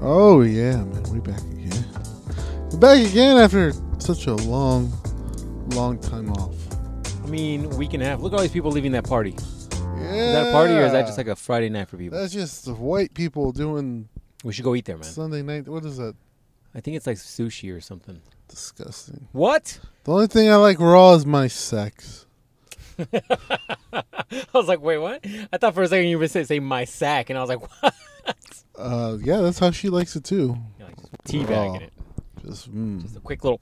Oh yeah, man, we back again. We're back again after such a long, long time off. I mean, week and a half. Look at all these people leaving that party. Yeah. Is that a party or is that just like a Friday night for people? That's just the white people doing We should go eat there, man. Sunday night. What is that? I think it's like sushi or something. Disgusting. What? The only thing I like raw is my sex. I was like, wait, what? I thought for a second you were say, say my sack, and I was like, what? Uh, yeah, that's how she likes it too. You're like, just teabagging Raw. it. Just, mm, Just a quick little.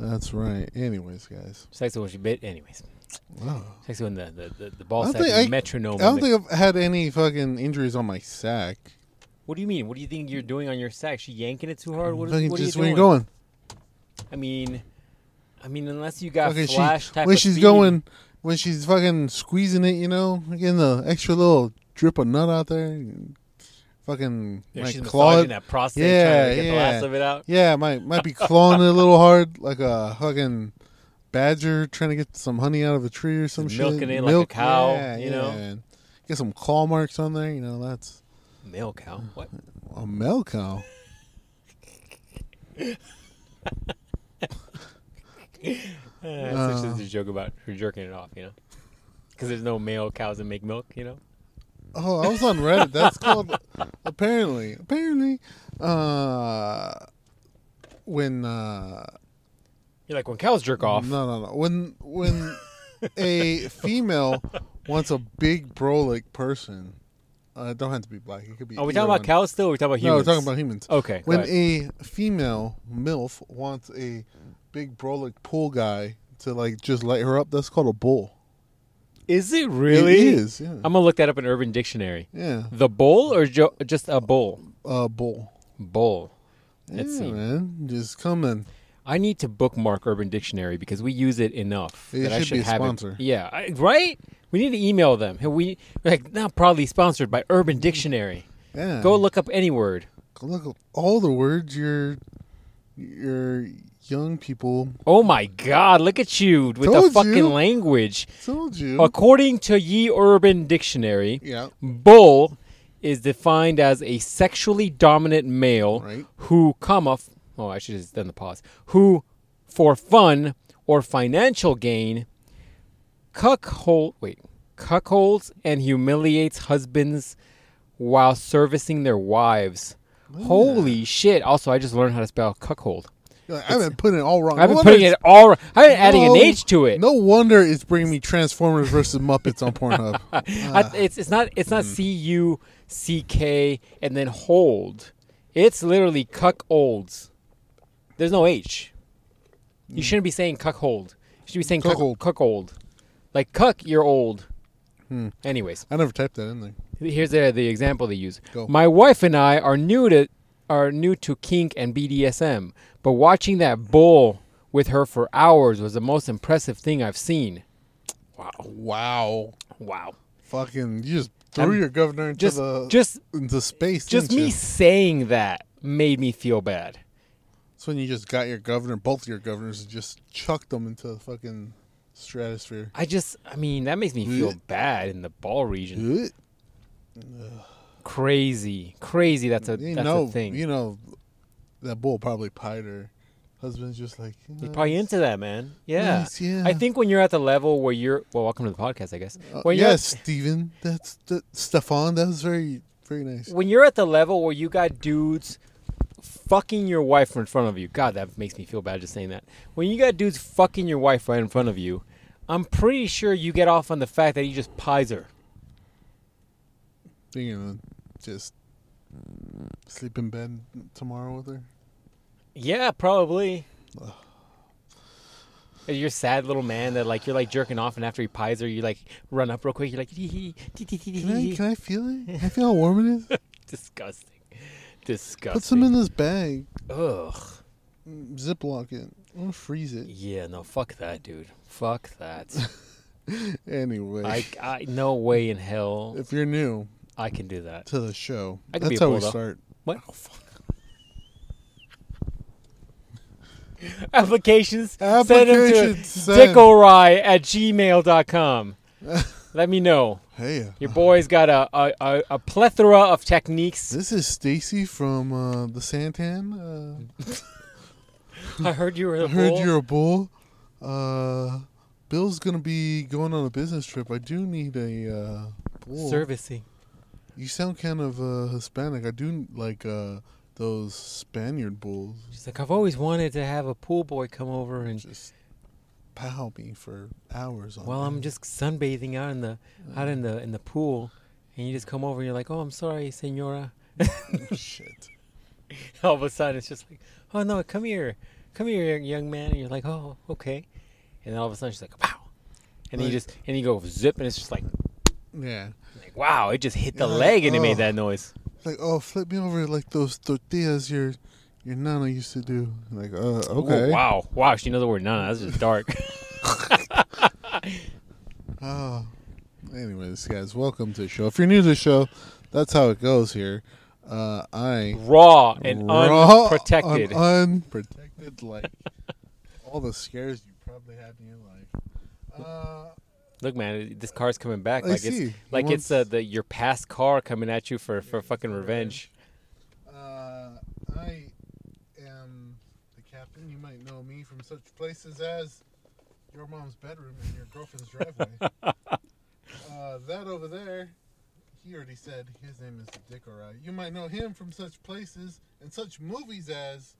that's right. Anyways, guys, Sex when she bit. Anyways, wow. sex when the the, the, the ball I don't sack think I- the metronome. I don't the- think I've had any fucking injuries on my sack. what do you mean? What do you think you're doing on your sack? She yanking it too hard? What, Fucking is, what are you just doing? when you're going. I mean, I mean, unless you got Fucking she- flash type when of she's feed. going, when she's fucking squeezing it, you know, getting the extra little drip of nut out there, and fucking Yeah, my she's claw. massaging that prostate, Yeah, trying to get the yeah. last of it out. Yeah, might might be clawing it a little hard, like a fucking badger trying to get some honey out of a tree or some Just shit. milking it like a cow, you know? and get some claw marks on there. You know, that's Male cow. What? a male cow. Uh, that's just a joke about her jerking it off, you know? Because there's no male cows that make milk, you know? Oh, I was on Reddit. That's called apparently. Apparently, uh, when uh, You're like, when cows jerk off, no, no, no. When when a female wants a big brolic person, uh, it don't have to be black. It could be. are we either talking about one. cows still or are we talking about No, we're humans? talking about humans. Okay. when go ahead. a female milf wants a big brolic pool guy to like just light her up, that's called a bull. is it really? Um, It is. Yeah. I'm going to look that up in Urban Dictionary. yeah. The bull or jo- just a bull? A bull. Bull. Let's Yeah, see. man. Just coming. I need to bookmark Urban Dictionary because we use it enough. It that I should should be a have sponsor. It. Yeah, I, right. We need to email them. Hey, We we're like not proudly sponsored by Urban Dictionary. Yeah. Go look up any word. Go look up all the words your your young people Oh my God! Look at you with the Told fucking you. language. told you. According to Ye Urban Dictionary, Yeah. bull is defined as a sexually dominant male Right. who, comma, f- oh, I should have just done the pause, who, for fun or financial gain, cuckold, wait, cuckolds and humiliates husbands while servicing their wives. Holy shit! Also, I just learned how to spell cuckold. You're like, I've been putting it all wrong. I've been No putting wonder it all. I've been adding no- an H to it. No wonder it's bringing me Transformers versus Muppets on Pornhub. I, it's it's not it's not C U C K and then hold. It's literally cuck olds. There's no H. Mm. You shouldn't be saying cuck hold. You should be saying cuck Cuckold. old. Cuck old. Like cuck, you're old. Hmm. Anyways, I never typed that in there. here's the the example they use. Go. My wife and I are new to are new to kink and BDSM, but watching that bull with her for hours was the most impressive thing I've seen. Wow. Wow. Wow. Fucking you just threw I'm- your governor into Just the just into space. just didn't me you? saying that made me feel bad. That's when you just got your governor, both your governors, and just chucked them into the fucking stratosphere. I just, I mean, that makes me feel Blech. bad in the ball region. You Crazy, crazy. That's a that's know, a thing. you know, that bull probably pied her. Husband's just like you You're know, probably into that, man. Yeah. Nice, yeah. I think when you're at the level where you're, well, welcome to the podcast, I guess. Uh, When you're yes, Steven. That's that, Stefan. That was very, very nice. at, when you're at the level where you got dudes fucking your wife in front of you. God, that makes me feel bad just saying that. When you got dudes fucking your wife right in front of you, I'm pretty sure you get off on the fact that he just pies her. You know, just sleep in bed tomorrow with her. Yeah, probably. You're a sad little man that like you're like jerking off, and after he pies her, you like run up real quick. You're like, "Hee hee, tee tee tee Can tee I? tee." Can I feel it? Can I feel how warm it is? disgusting, disgusting. Put some in this bag. Ugh. Ziploc it. I'm gonna freeze it. Yeah, no, fuck that, dude. Fuck that. Anyway, I, I, no way in hell if you're new I can do that. to the show, I could be that's a how we bull, though. start. What? Applications, send them Applications to sent. dickory at gmail.com. Let me know. Hey, uh, Your boy's got a, a, a, a plethora of techniques. this is Stacy from uh, the Santan. Uh, I heard you were a I heard bull. you're a bull. Uh, Bill's gonna be going on a business trip. I do need a uh, bull. servicing. You sound kind of uh, Hispanic. I do like uh, those Spaniard bulls. She's like, I've always wanted to have a pool boy come over and Just pow me for hours on. well, I'm end. just sunbathing out in the out in the in the pool, and you just come over and you're like, oh, I'm sorry, senora. shit. All of a sudden, it's just like, oh no, come here, come here, young man, and you're like, oh, okay, and then all of a sudden she's like, wow, and then you Like- just and you go zip, and it's just like, Yeah. like wow, it just hit the Yeah, like, leg and it oh. made that noise. It's like, oh, flip me over like those tortillas your your nana used to do. Like, uh, Ooh, okay. wow, wow, she knows the word nana. That's just dark. Oh. Anyways, guys, welcome to the show. If you're new to the show, that's how it goes here. Uh, I Raw and Raw, unprotected. un- unprotected, like all the scares you probably had in your life. Uh, Look, man, this car's coming back. I like see. it's He like it's uh, wants- the your past car coming at you for for fucking revenge. Uh, I am the captain. You might know me from such places as your mom's bedroom and your girlfriend's driveway. uh, that over there, he already said his name is Dick O'Reilly. You might know him from such places and such movies as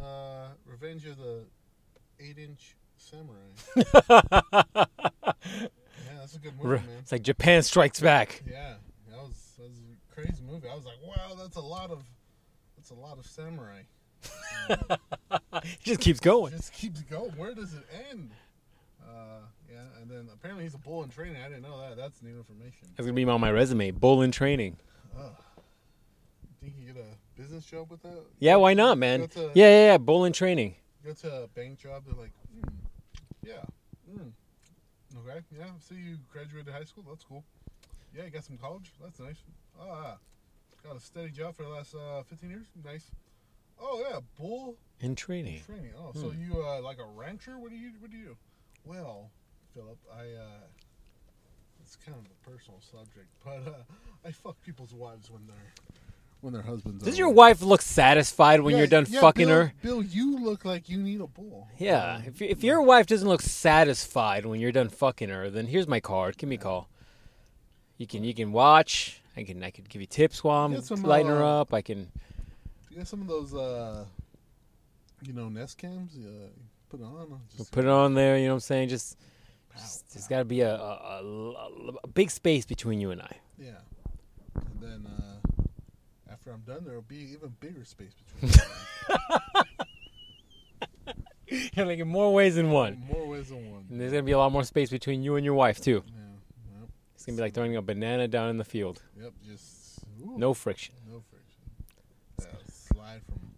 uh, Revenge of the Eight Inch Samurai. yeah, that's a good movie, Re- man. It's like Japan strikes back. Yeah, that was that was a crazy movie. I was like, wow, that's a lot of that's a lot of samurai. It just keeps going. just keeps going. Where does it end? Uh, yeah, and then apparently he's a bull in training. I didn't know that. That's new information. That's gonna be on my resume. Bull in training. Think you get a business job with that? Yeah, why not, man? That's a- Yeah, yeah, yeah. Bull in training. Go to a bank job. They're like, hmm, yeah, mm, okay, yeah. So you graduated high school. That's cool. Yeah, you got some college. That's nice. Ah, got a steady job for the last uh, 15 years. Nice. Oh yeah, bull In training. Training. Oh, so Hmm. you uh, like a rancher? What do you What do you do? Well, Philip, I. Uh, it's kind of a personal subject, but uh, I fuck people's wives when they're when their husbands. Does your wife look satisfied when Yeah, you're done yeah, fucking Bill- her? Bill, you look like you need a bull. Yeah. If, if your wife doesn't look satisfied when you're done fucking her, then here's my card. Give me a call. You can you can watch. I can I can give you tips while I'm Get some, lighting her uh, up. I can. You got some of those, uh, you know, nest cams. Uh, you put it on. Just, Put it on there. You know what I'm saying? Just, just there's got to be a, a, a- a big space between you and I. yeah. And then uh, after I'm done, there'll be even bigger space between. us. like in more ways than one. More ways than one. And there's gonna be a lot more space between you and your wife too. Yeah. Yep. It's gonna be like throwing a banana down in the field. Yep, just ooh, No friction. no friction. Uh, slide from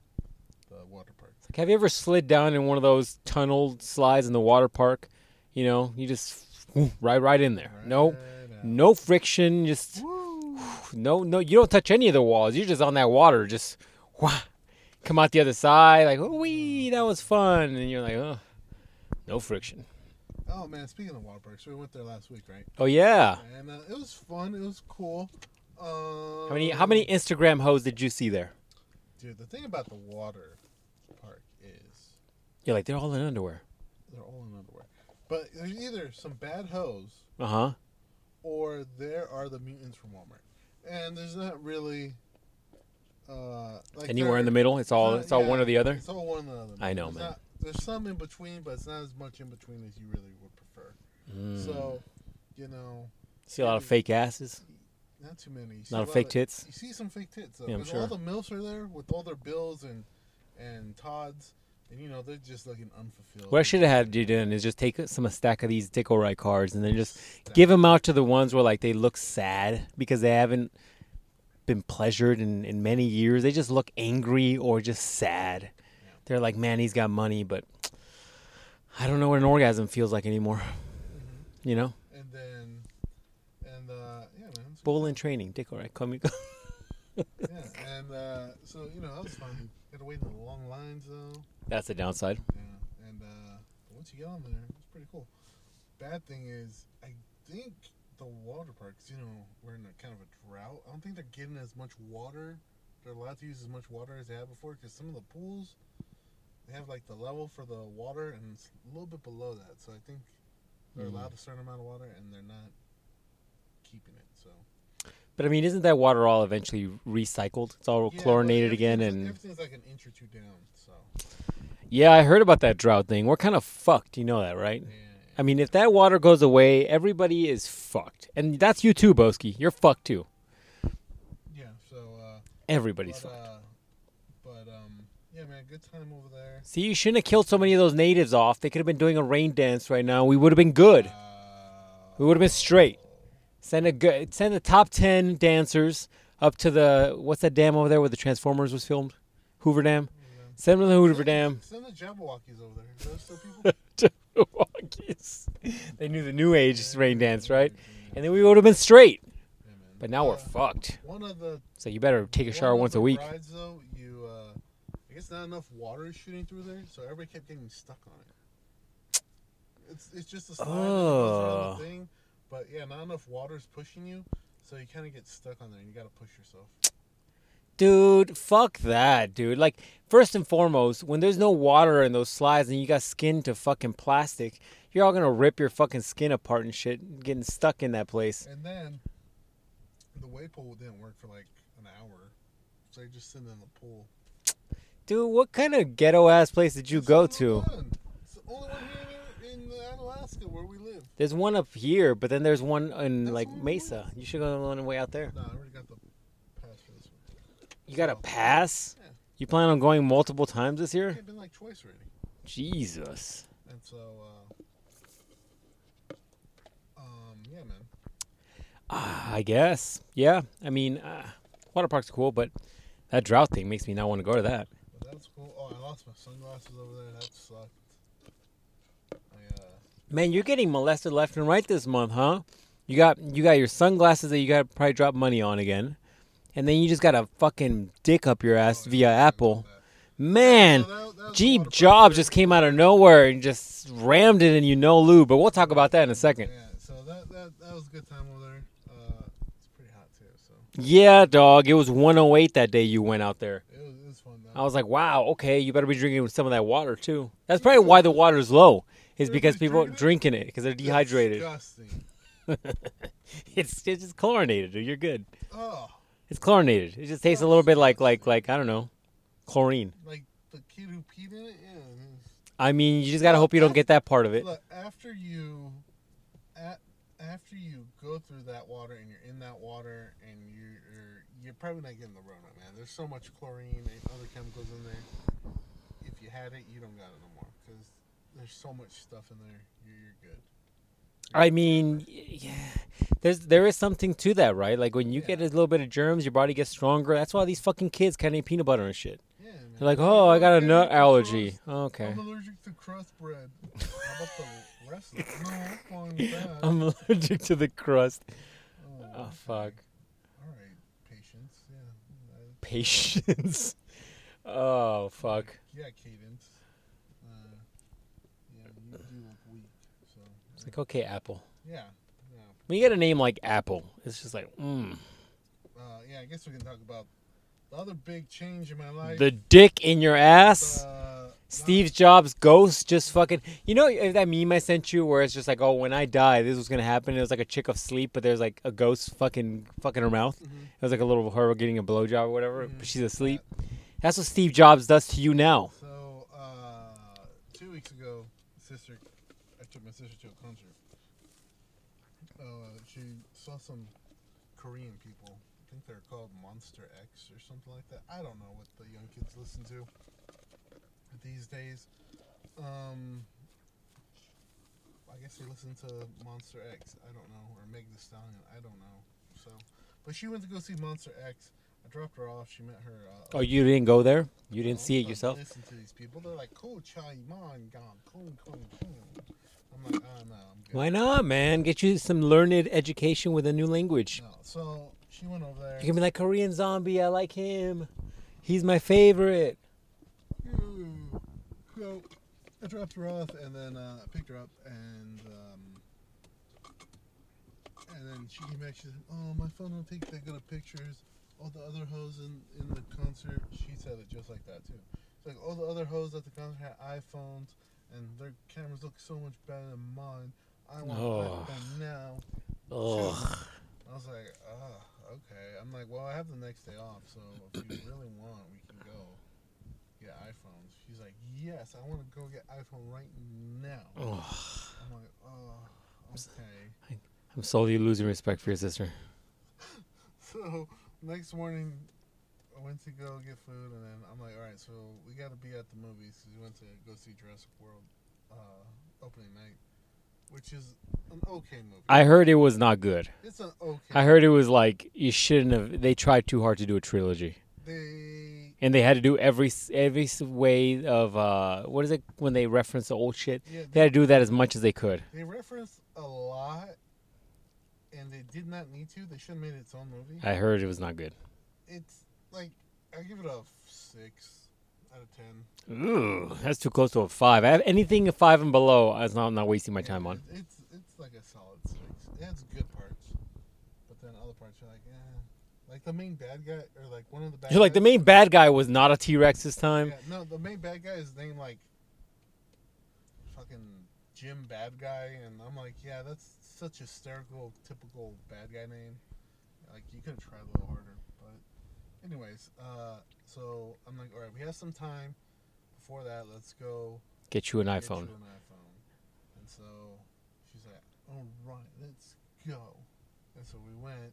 the water park. Like, have you ever slid down in one of those tunneled slides in the water park? You know, you just whoosh, right right in there. No, Right out. no friction. Just Woo. no no. You don't touch any of the walls. You're just on that water. Just wah, come out the other side. Like wee, that was fun. And you're like, oh, no friction. Oh man, speaking of water parks, we went there last week, right? Oh yeah. And uh, it was fun. It was cool. Um, How many how many Instagram hoes did you see there? Dude, the thing about the water park is You're like they're all in underwear. they're all in underwear, but there's either some bad hoes Uh huh. or there are the mutants from Walmart, and there's not really. Uh, like Anywhere in there- the middle. It's all not- it's all one yeah, or the other. It's all one or the other. I know, There's man. not- there's some in between, but it's not as much in between as you really would prefer. Mm. So, you know, See a lot of fake asses. not too many. You see Not a lot fake of- tits? You see some fake tits. Though, Yeah, I'm 'cause sure. All the milfs are there with all their bills and and Tods, and you know they're just looking unfulfilled. What I should have had you done is just take some a stack of these Dick O'Reilly cards and then just give them out to the ones where like they look sad because they haven't been pleasured in, in many years. They just look angry or just sad. They're like, man, he's got money, but I don't know what an orgasm feels like anymore. You know, And then, and uh, yeah, man. it's- bull in training, Dick O'Reilly. Come, Yeah, and uh, so you know that was fun. Got to wait in the long lines though. that's the downside. Yeah, and uh, but once you get on there, it's pretty cool. Bad thing is, I think the the water parks, you know, we're in a kind of a drought. I don't think they're getting as much water. They're allowed to use as much water as they had before because some of the pools, they have like the level for the water and it's a little bit below that. So I think they're Mm. allowed a certain amount of water and they're not keeping it. So But I mean, isn't that water all eventually recycled? It's all Yeah, but chlorinated again, everything's- and everything's like an inch or two down. So yeah, I heard about that drought thing. We're kind of fucked. You know that, right? yeah. I mean, if that water goes away, everybody is fucked, and that's you too, Boski. You're fucked too. yeah. So uh, Everybody's but, fucked. uh, but um, yeah, man, good time over there. See, you shouldn't have killed so many of those natives off. They could have been doing a rain dance right now. We would have been good. We Uh, would have been straight. Send a good, send the top ten dancers up to the what's that dam over there where the Transformers was filmed, Hoover Dam. Send them to the Hoover Dam. Send the Jabberwockies over there. Are those still people? Walkies. They knew the New Age rain dance, right? And then we would have been straight. Yeah, man. But now Uh, we're fucked. One of the So you better take a one shower of once the a week. Rides though, you uh, I guess not enough water is shooting through there, so everybody kept getting stuck on it. It's it's just a slide that goes around Oh. the thing, but yeah, not enough water is pushing you, so you kind of get stuck on there, and you got to push yourself. Dude, fuck that, dude. Like, first and foremost, when there's no water in those slides and you got skin to fucking plastic, you're all gonna rip your fucking skin apart and shit, getting stuck in that place. And then the wave pool didn't work for like an hour, so you're just sitting in the pool. Dude, what kind of ghetto ass place did you It's go the only to? one. It's the only one here in, in Alaska where we live. There's one up here, but then there's one in That's like where we Mesa. You should go on the way out there. No, I already got the pass for this one. You got a pass? Yeah. You plan on going multiple times this year? I've been like twice already. Jesus. And so, uh, um, yeah, man. Ah, I guess. Yeah. I mean, uh, water parks are cool, but that drought thing makes me not want to go to that. But that's cool. Oh, I lost my sunglasses over there. That sucked. I, uh, Man, you're getting molested left and right this month, huh? You got you got your sunglasses that you got to probably drop money on again, and then you just got a fucking dick up your ass oh, via yeah, Apple. that- Man, that- that was a lot Jeep of fun. Jobs just came out of nowhere and just rammed it in you no lube. But we'll talk about that in a second. Yeah, so that, that that was a good time over there. Uh, it's pretty hot too, so Yeah, dog, it was 108 that day you went out there. it was, it was fun. Though. I was like, wow, okay, you better be drinking some of that water too. That's probably why the water's low, is because Everybody's people are drinking drinking it because they're dehydrated. Disgusting. It's it's just chlorinated, dude. You're good. Oh, It's chlorinated. It just tastes a little bit like like like I don't know, chlorine. like the kid who peed in it. Yeah. it was- I mean, you just gotta hope you don't get that part of it. Look, after you, a after you go through that water and you're in that water and you're you're probably not getting the Rona, man. There's so much chlorine and other chemicals in there. If you had it, you don't got it no more because there's so much stuff in there. You're, you're good. I mean, yeah, there's there is something to that, right? Like when you get a Yeah. little bit of germs, your body gets stronger. That's why these fucking kids can't eat peanut butter and shit. Yeah, man. They're like, oh, I got a I'm nut allergic to allergy. crust. Okay. I'm allergic to crust bread. How about the rest of it? No, I'm fine with that. I'm allergic to the crust. oh, Oh fuck. All right, patience. Yeah. I- Patience. Oh fuck. Yeah, Cadence. Uh, yeah, you do look weak. So It's like okay, Apple. yeah, yeah. When you get a name like Apple, it's just like, mm. Uh, yeah, I guess we can talk about the other big change in my life. the dick in your ass. uh, Steve Jobs' ghost just fucking. You know if that meme I sent you where it's just like, oh, when I die, this was gonna happen. It was like a chick of sleep, but there's like a ghost fucking fucking her mouth. Mhm. It was like a little her getting a blowjob or whatever, Mhm. but she's asleep. That's what Steve Jobs does to you now. So uh, two weeks ago, sister, I took my sister to a concert. Uh, she saw some Korean people. I think they're called Monster X or something like that. I don't know what the young kids listen to these days. Um, I guess they listen to Monster X. I don't know, or Meg The Stallion. I don't know. So, but she went to go see Monster X. I dropped her off. She met her. Uh, Oh, you didn't go there. You didn't know, see it so I yourself. Listen to these people. They're like, "Cool, chai man, gong, kung, kung, kung." I'm like, oh, no, I'm good. Why not, man? Get you some learned education with a new language. No. So she went over there. You can be like Korean zombie. I like him. He's my favorite. Ooh. So I dropped her off and then uh, I picked her up and um, And then she came back. She said, "Oh, my phone don't take that good of pictures. All the other hoes in, in the concert." She said it just like that too. It's like all the other hoes at the concert had iPhones, and their cameras look so much better than mine. I want Ugh. an iPhone now. Ugh. I was like, oh, okay. I'm like, well, I have the next day off, so if you really want, we can go get iPhones. She's like, yes, I want to go get iPhone right now. Ugh. I'm like, oh, okay. I'm slowly losing respect for your sister. So next morning, I went to go get food, and then I'm like, all right, so we got to be at the movies because we went to go see Jurassic World uh, opening night, which is an okay movie. I heard it was not good. it's an okay. I heard it was like you shouldn't have. They tried too hard to do a trilogy, they and they had to do every s- every s- way of uh, what is it when they reference the old shit. yeah They had to do that as much as they could. They referenced a lot, and they did not need to. They should have made its own movie. I heard it was not good. It's like I give it a f- six out of ten. Ooh, that's too close to a five. I- Anything a five and below, I was not, I'm not wasting my time Yeah, on. it- It's it's like a solid six. It has good parts, but then other parts are like, eh. like the main bad guy or like one of the bad. You're like the guys- main bad guy was not a T Rex this time. Yeah, no, the main bad guy is named like fucking Jim Bad Guy, and I'm like, yeah, that's such a hysterical, typical bad guy name. Like, you could have tried a little harder, but anyways, uh, so I'm like, all right, we have some time. Before that, let's go Get you an get you iPhone. an iPhone. And so she's like, all right, let's go. And so we went,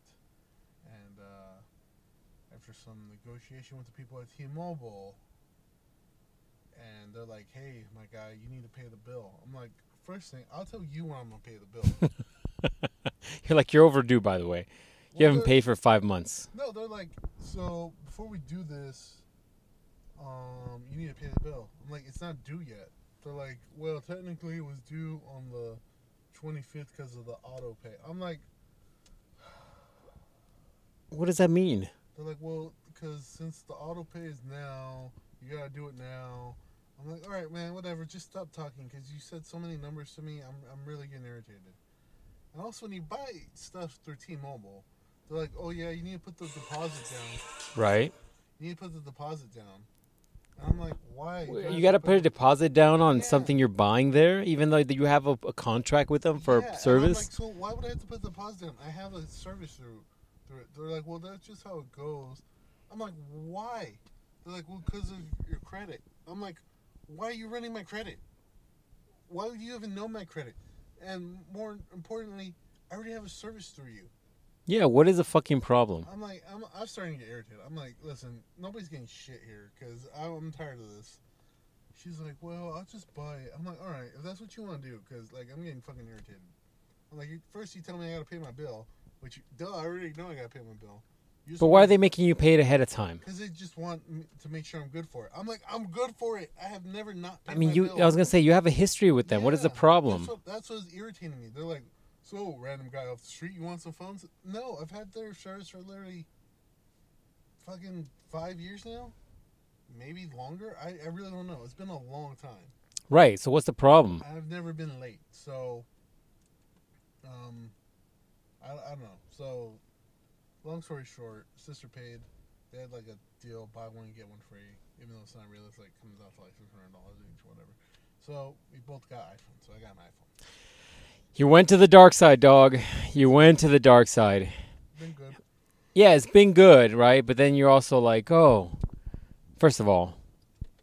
and uh, after some negotiation with the people at T Mobile, and they're like, hey, my guy, you need to pay the bill. I'm like, first thing, I'll tell you when I'm going to pay the bill. You're like you're overdue, by the way. You Well, haven't they're- paid for five months. No, they're like, so before we do this, um, you need to pay the bill. I'm like, it's not due yet. They're like, well, technically it was due on the 25th because of the auto pay. I'm like, What does that mean? They're like, well, because since the auto pay is now, you gotta do it now. I'm like, all right, man, whatever. Just stop talking because you said so many numbers to me. I'm, I'm really getting irritated. And also, when you buy stuff through T-Mobile, they're like, oh yeah, you need to put the deposit down. Right? You need to put the deposit down. And I'm like, why? Do I have You got to put a deposit down on Yeah. something you're buying there, even though you have a, a contract with them for Yeah, and I'm service. like, so why would I have to put the deposit down? I have a service through through it. They're like, well, that's just how it goes. I'm like, why? They're like, well, because of your credit. I'm like, why are you running my credit? Why would you even know my credit? And more importantly, I already have a service through you. yeah, what is the fucking problem? I'm like, I'm, I'm starting to get irritated. I'm like, listen, nobody's getting shit here because I'm tired of this. She's like, well, I'll just buy it. I'm like, all right, if that's what you want to do, because like I'm getting fucking irritated. I'm like, you, first you tell me I gotta pay my bill, which you, duh, I already know I gotta pay my bill. You just But why are they making you pay it ahead of time? Because they just want me to make sure I'm good for it. I'm like, I'm good for it. I have never not. Paid I mean, my you. Bill. I was gonna say you have a history with them. what is the Yeah, problem? That's what, that's what's irritating me. They're like, so random guy off the street, you want some phones? No, I've had their service for literally fucking five years now, maybe longer. I, I really don't know. It's been a long time. Right. So what's the problem? I've never been late, so um, I, I don't know. So, long story short, sister paid. They had like a deal: buy one get one free. Even though it's not real, it's like comes out to like six hundred dollars each, whatever. So we both got iPhones. So I got an iPhone. You went to the dark side, dog. You went to the dark side. Been good. Yeah, it's been good, right? But then you're also like, oh, first of all,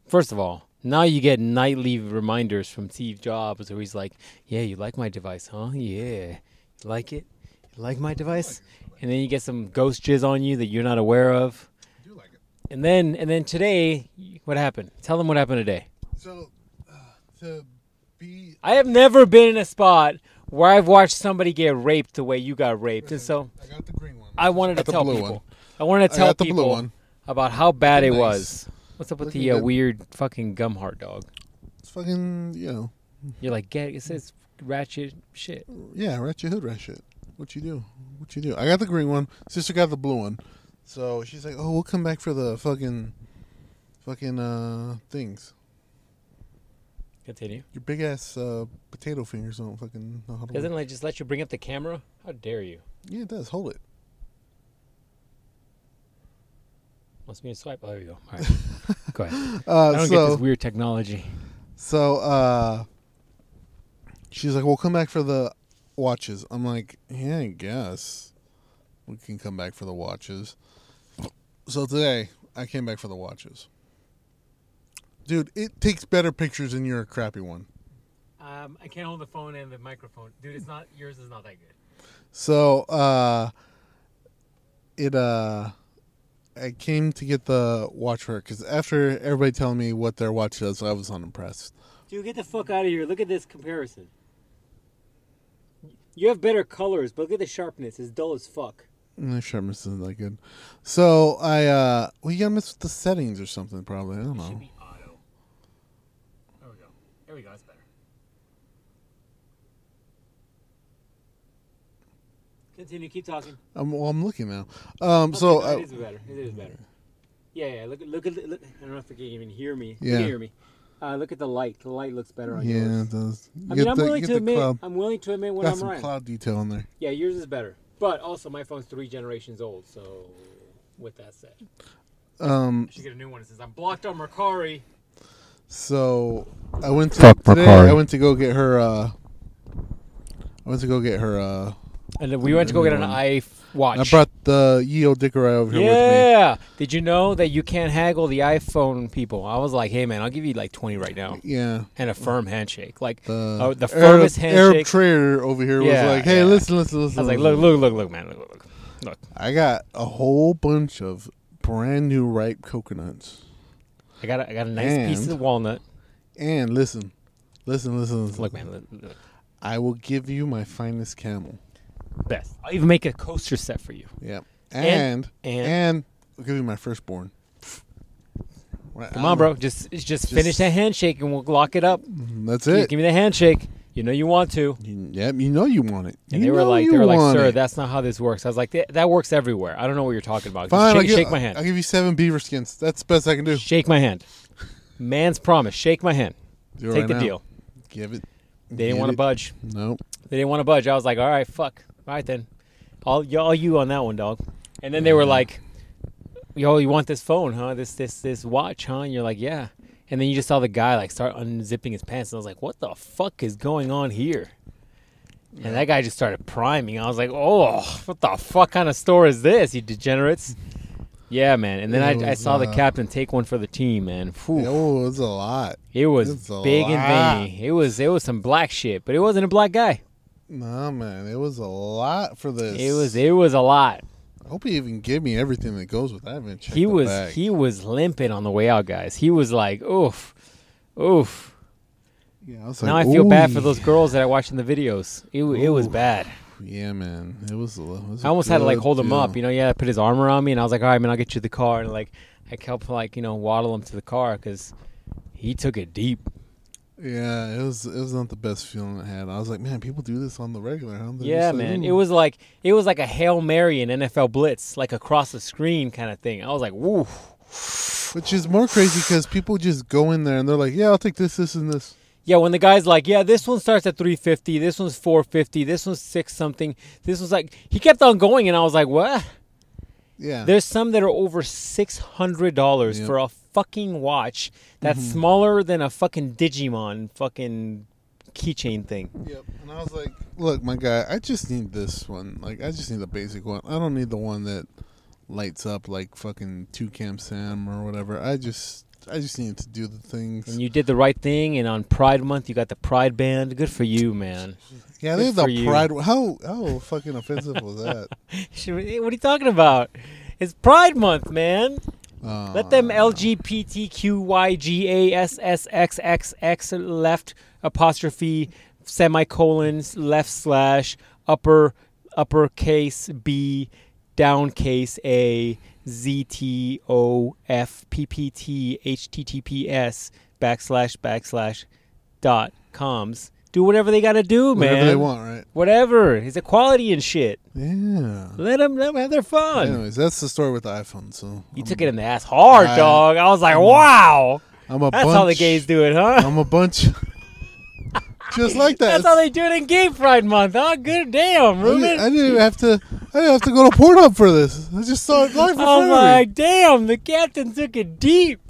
first of all, now you get nightly reminders from Steve Jobs where he's like, yeah, you like my device, huh? Yeah, you like it? You like my device? And then you get some ghost jizz on you that you're not aware of. I do like it. And then, and then today, what happened? Tell them what happened today. So uh, to be I have never been in a spot where I've watched somebody get raped the way you got raped, and so I got the green one. I wanted to Got the tell blue people. one. I wanted to I tell got the blue people one. about how bad it Nice. was. What's up with Looking the uh, good. weird fucking gum heart dog? It's fucking you know You're like, get it says ratchet shit. yeah, ratchet hood rat shit. What you do? What you do? I got the green one. Sister got the blue one. So she's like, "Oh, we'll come back for the fucking, fucking uh things." Continue. Your big ass uh, potato fingers don't fucking know how to. Doesn't work. it just let you bring up the camera? How dare you? Yeah, it does. Hold it. Wants me to swipe. Oh, there you go. All right. go ahead. Uh, I don't so, get this weird technology. So uh she's like, "We'll come back for the watches." I'm like, "Yeah, I guess we can come back for the watches." So today, I came back for the watches. Dude, it takes better pictures than your crappy one. Um, I can't hold the phone and the microphone, dude. It's not yours. Is not that good. So uh it uh I came to get the watch for her because after everybody telling me what their watch does, I was unimpressed. Dude, get the fuck out of here. Look at this comparison. You have better colors, but look at the sharpness. It's dull as fuck. The sharpness isn't that good. So I uh well you gotta mess with the settings or something probably. I don't know. auto. There we go. There we go. That's better. Continue. Keep talking. I'm well I'm looking now. Um Okay, so no, I, it is better. It is better. Yeah, yeah. Look, look at. the- Look, I don't know if you can even hear me. You Yeah. can hear me. Uh, look at the light. The light looks better on yeah, yours. it does. I Get mean, I'm the- willing get to the admit. cloud- I'm willing to admit when got I'm some right. cloud detail in there. Yeah, yours is better. But also, my phone's three generations old. So, with that said, Um I should get a new one. It says I'm blocked on Mercari. so I went to Fuck today Mercari. I went to go get her uh I went to go get her uh And we went to go get an Mm. i I watch. brought the Yeo Dickeray over here with me. yeah. Did you know that you can't haggle the iPhone people? I was like, hey man, I'll give you like twenty right now Yeah. and a firm handshake, like The, oh, the Arab, firmest Arab handshake. trader over here Yeah, was like, "Hey, yeah. listen, listen, listen." I was like, listen. look, look, look, look, man, look, look, look. I got a whole bunch of brand new ripe coconuts. I got, a, I got a nice piece of And- walnut. And listen, listen, listen, listen. Look, man, look, look. I will give you my finest camel. best. I'll even make a coaster set for you. Yep. And- And and- and, I'll give you my firstborn. Right, Come I'm- on, bro, just, just finish that handshake and we'll lock it up. That's Give- it. Give me the handshake. You know you want to. You- yep. You know you want it. And you they were know like, you they were like, want sir, it. that's not how this works. I was like, that, that works everywhere. I don't know what you're talking about. Just fine. I'll shake, give- shake my I'll hand. give you seven beaver skins. That's the best I can do. Shake my hand. Man's promise. Shake my hand. Do it Take right the now. deal. Give it. They didn't want to budge. Nope. They didn't want to budge. I was like, all right, fuck. All right then, all y- all you on that one, dog. And then they were like, yo, you want this phone, huh? This this this watch, huh? And you're like, yeah. And then you just saw the guy like start unzipping his pants, and I was like, what the fuck is going on here? And that guy just started priming. I was like, oh, what the fuck kind of store is this, you degenerates? Yeah, man. And then It I, I was, saw the uh, captain take one for the team, man. Phew. Oh, it's a lot. It was It's a big lot. and veiny. It was it was some black shit, but it wasn't a black guy. Nah, man, it was a lot for this. It was it was a lot. I hope he even gave me everything that goes with that. I haven't checked He the was bag. he was limping on the way out, guys. He was like, oof, oof. Yeah, I was now I like, feel bad for "Ooh, those girls that I watched in the videos. It wa- it was Ooh. bad. Yeah, man, it was. A, it was I almost had to like hold him him up, you know. Yeah, I put his arm around me, and I was like, all right, man, I'll get you the car, and like I helped like you know waddle him to the car because he took it deep. Yeah, it was. It was not the best feeling I had. I was like, man, people do this on the regular. Huh? They're Yeah, just like, man. "Ooh." It was like it was like a hail mary in NFL blitz, like across the screen kind of thing. I was like, woo. which is more crazy because people just go in there and they're like, yeah, I'll take this, this, and this. Yeah, when the guy's like, yeah, this one starts at 350, this one's 450, this one's six something, this one's like, he kept on going, and I was like, what? Yeah, There's some that are over six hundred dollars Yep. for a fucking watch that's smaller than a fucking Digimon fucking keychain thing. Yep. And I was like, look, my guy, I just need this one. Like, I just need the basic one. I don't need the one that lights up like fucking two cam Sam or whatever. I just, I just need to do the things. And you did the right thing, and on Pride Month you got the Pride Band. Good for you, man. yeah, good they have the for you. pride. How how fucking offensive was that? Should we- what are you talking about? It's Pride Month, man. Uh, Let them LGBTQYGASSXXX left apostrophe semicolon left slash upper uppercase B downcase A Z T O F P P T H T T P S backslash backslash dot coms. Do whatever they got to do, man. whatever they want, right? Whatever. It's equality and shit. Yeah. Let them, let them have their fun. Anyways, that's the story with the iPhone. So You took it in the ass hard, I- dog. I was like, wow. I'm a That's bunch, how the gays do it, huh? I'm a bunch. just like that. That's how they do it in Gay Pride Month. Oh, good damn, I didn't, I Ruben. didn't even have to. I didn't have to go to Pornhub for this. I just saw it live in Oh front of my me. damn, the captain took it deep.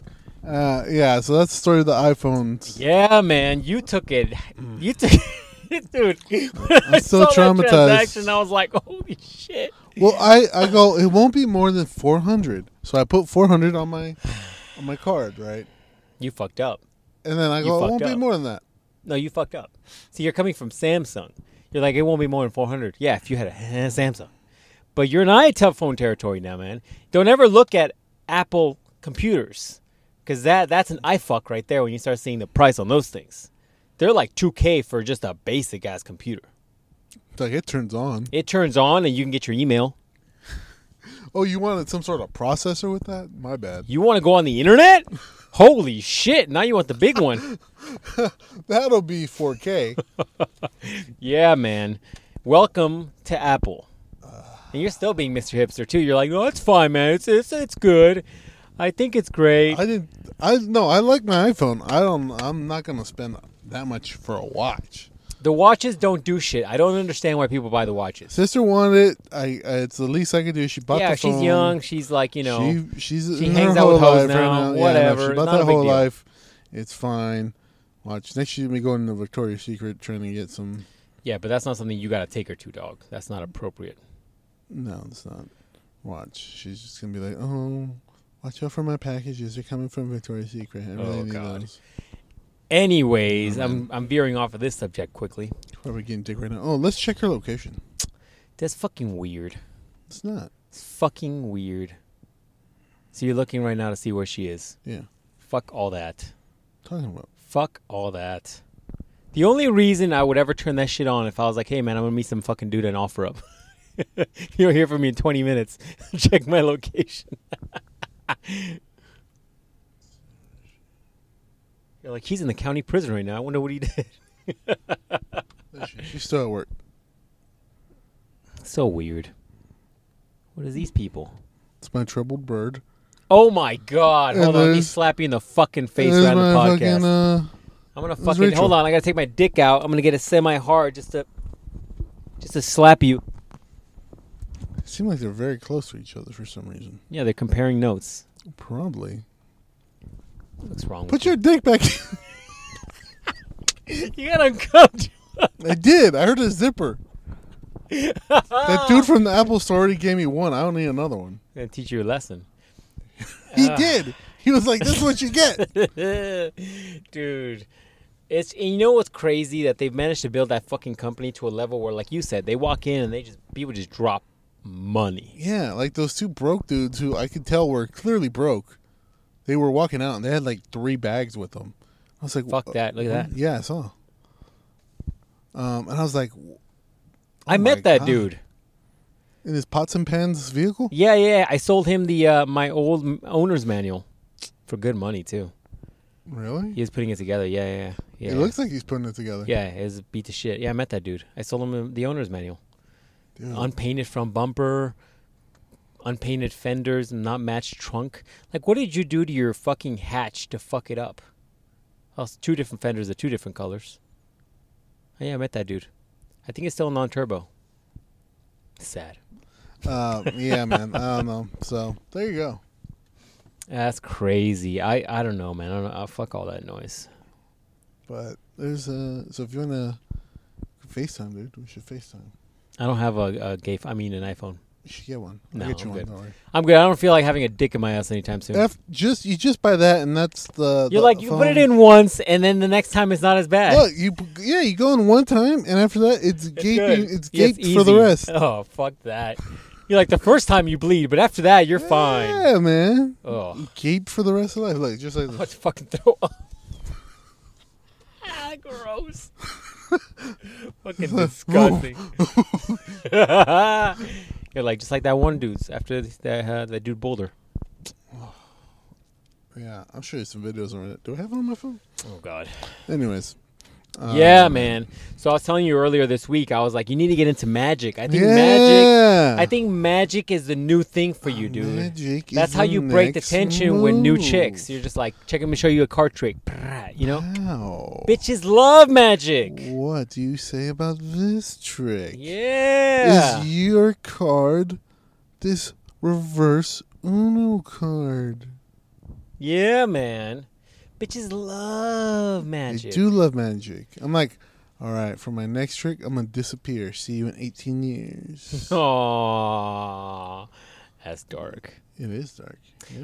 Uh, yeah, so that's the story of the iPhones. Yeah, man, you took it. You took it, dude. Mm. I'm still traumatized. I was like, holy shit. Well, I, I go. It won't be more than four hundred. So I put four hundred on my on my card, right? You fucked up. And then I You go. It fucked won't be up. more than that. No, you fucked up. See, you're coming from Samsung. You're like, it won't be more than 400. Yeah, if you had a Samsung. But you're in iTelephone territory now, man. Don't ever look at Apple computers because that, that's an eye fuck right there when you start seeing the price on those things. They're like 2K for just a basic ass computer. It's like it turns on. It turns on and you can get your email. Oh, you wanted some sort of processor with that? My bad. You want to go on the internet? Holy shit, now you want the big one. That'll be four K. Yeah, man. Welcome to Apple. And you're still being Mr. Hipster too. You're like, no, it's fine, man. It's it's it's good. I think it's great. I didn't. I no. I like my iPhone. I don't. I'm not gonna spend that much for a watch. the watches don't do shit. I don't understand why people buy the watches. Sister wanted it. I. I it's the least I could do. She bought Yeah, the phone. she's young. She's like, you know, she she's she in hangs her out whole with hoes life right now, now. Yeah, whatever, no, she bought not a that big whole deal. life. It's fine. Watch next year. Me going to Victoria's Secret trying to get some. yeah, but that's not something you got to take her to, dog. That's not appropriate. No, it's not. Watch. She's just gonna be like, oh, watch out for my packages. They're coming from Victoria's Secret. I really Oh, need God. those. Anyways, I'm I'm veering off of this subject quickly. Probably getting dick right now. Oh, let's check her location. That's fucking weird. It's not. It's fucking weird. So you're looking right now to see where she is. Yeah, Fuck all that. talking about. Fuck all that. The only reason I would ever turn that shit on if I was like, hey man, I'm gonna meet some fucking dude and offer up. You'll hear from me in 20 minutes. Check my location. You're like, he's in the county prison right now. I wonder what he did. There she is. She's still at work. so weird. What is these people? It's my troubled bird. Oh my god. And Hold on. Let me there's- slap you in the fucking face There's right on the my podcast. fucking, uh, I'm gonna was fucking hold Rachel. on. I gotta take my dick out. I'm gonna get a semi hard just to just to slap you. uh, seem like they're very close to each other for some reason. Yeah, they're comparing notes. Probably. What's wrong? Put your dick back. in. with you? you gotta uncut. I did. I heard a zipper. That dude from the Apple store already gave me one. I don't need another one. Gonna teach you a lesson, He Ah. did. He was like, "This is what you get." dude. It's and you know what's crazy that they've managed to build that fucking company to a level where, like you said, they walk in and they just people just drop money. yeah, like those two broke dudes who I could tell were clearly broke. They were walking out and they had like three bags with them. I was like, Fuck that! Look at that. Oh, Yeah, I saw. Um, and I was like, w- I my met that God. dude. in his pots and pans vehicle. Yeah, yeah. I sold him the uh, my old m- owner's manual for good money too. Really? He was putting it together. Yeah, yeah, yeah. It looks like he's putting it together. yeah, it was beat to shit. Yeah, I met that dude. I sold him the owner's manual. Dude. Unpainted front bumper, unpainted fenders, not matched trunk. Like, what did you do to your fucking hatch to fuck it up? Oh, it's two different fenders, they're two different colors. Oh, yeah, I met that dude. I think it's still non turbo. Sad. Uh, yeah, man. I don't know. So there you go. That's crazy. I, I don't know, man. I don't know. Oh, fuck all that noise. But there's a so if you wanna FaceTime, dude, we should FaceTime. I don't have a, a gay. F- I mean, an iPhone. You should get one. No, I'll get you I'm one. good. Don't worry. I'm good. I don't feel like having a dick in my ass anytime soon. F just you just buy that, and that's the. You're the like you put it phone. in once, and then the next time it's not as bad. Look, you p- yeah, you go in one time, and after that, it's gaping. good. It's Yeah, gaped for the easy. rest. Oh fuck that! You're like the first time you bleed, but after that you're fine. Yeah, man. Oh, Gape for the rest of life. Look, just like let's this. fucking throw up. ah, gross. fucking disgusting. you're like just like that one dude's after that uh, that dude Boulder. Yeah, I'll show you some videos on it. Do I have it on my phone? Oh god. Anyways. Um, yeah, man. So I was telling you earlier this week, I was like, you need to get into magic. I think magic. yeah. I think magic is the new thing for you, dude. Magic is That's how you break the next tension with new move. chicks. You're just like, check, let me show you a card trick. Brrrr, You know? Wow. Bitches love magic. What do you say about this trick? Yeah. Is your card this reverse Uno card? Yeah, man. Bitches love magic. I do love magic. I'm like, all right, for my next trick, I'm gonna disappear. See you in 18 years. Aww. That's dark. It is dark.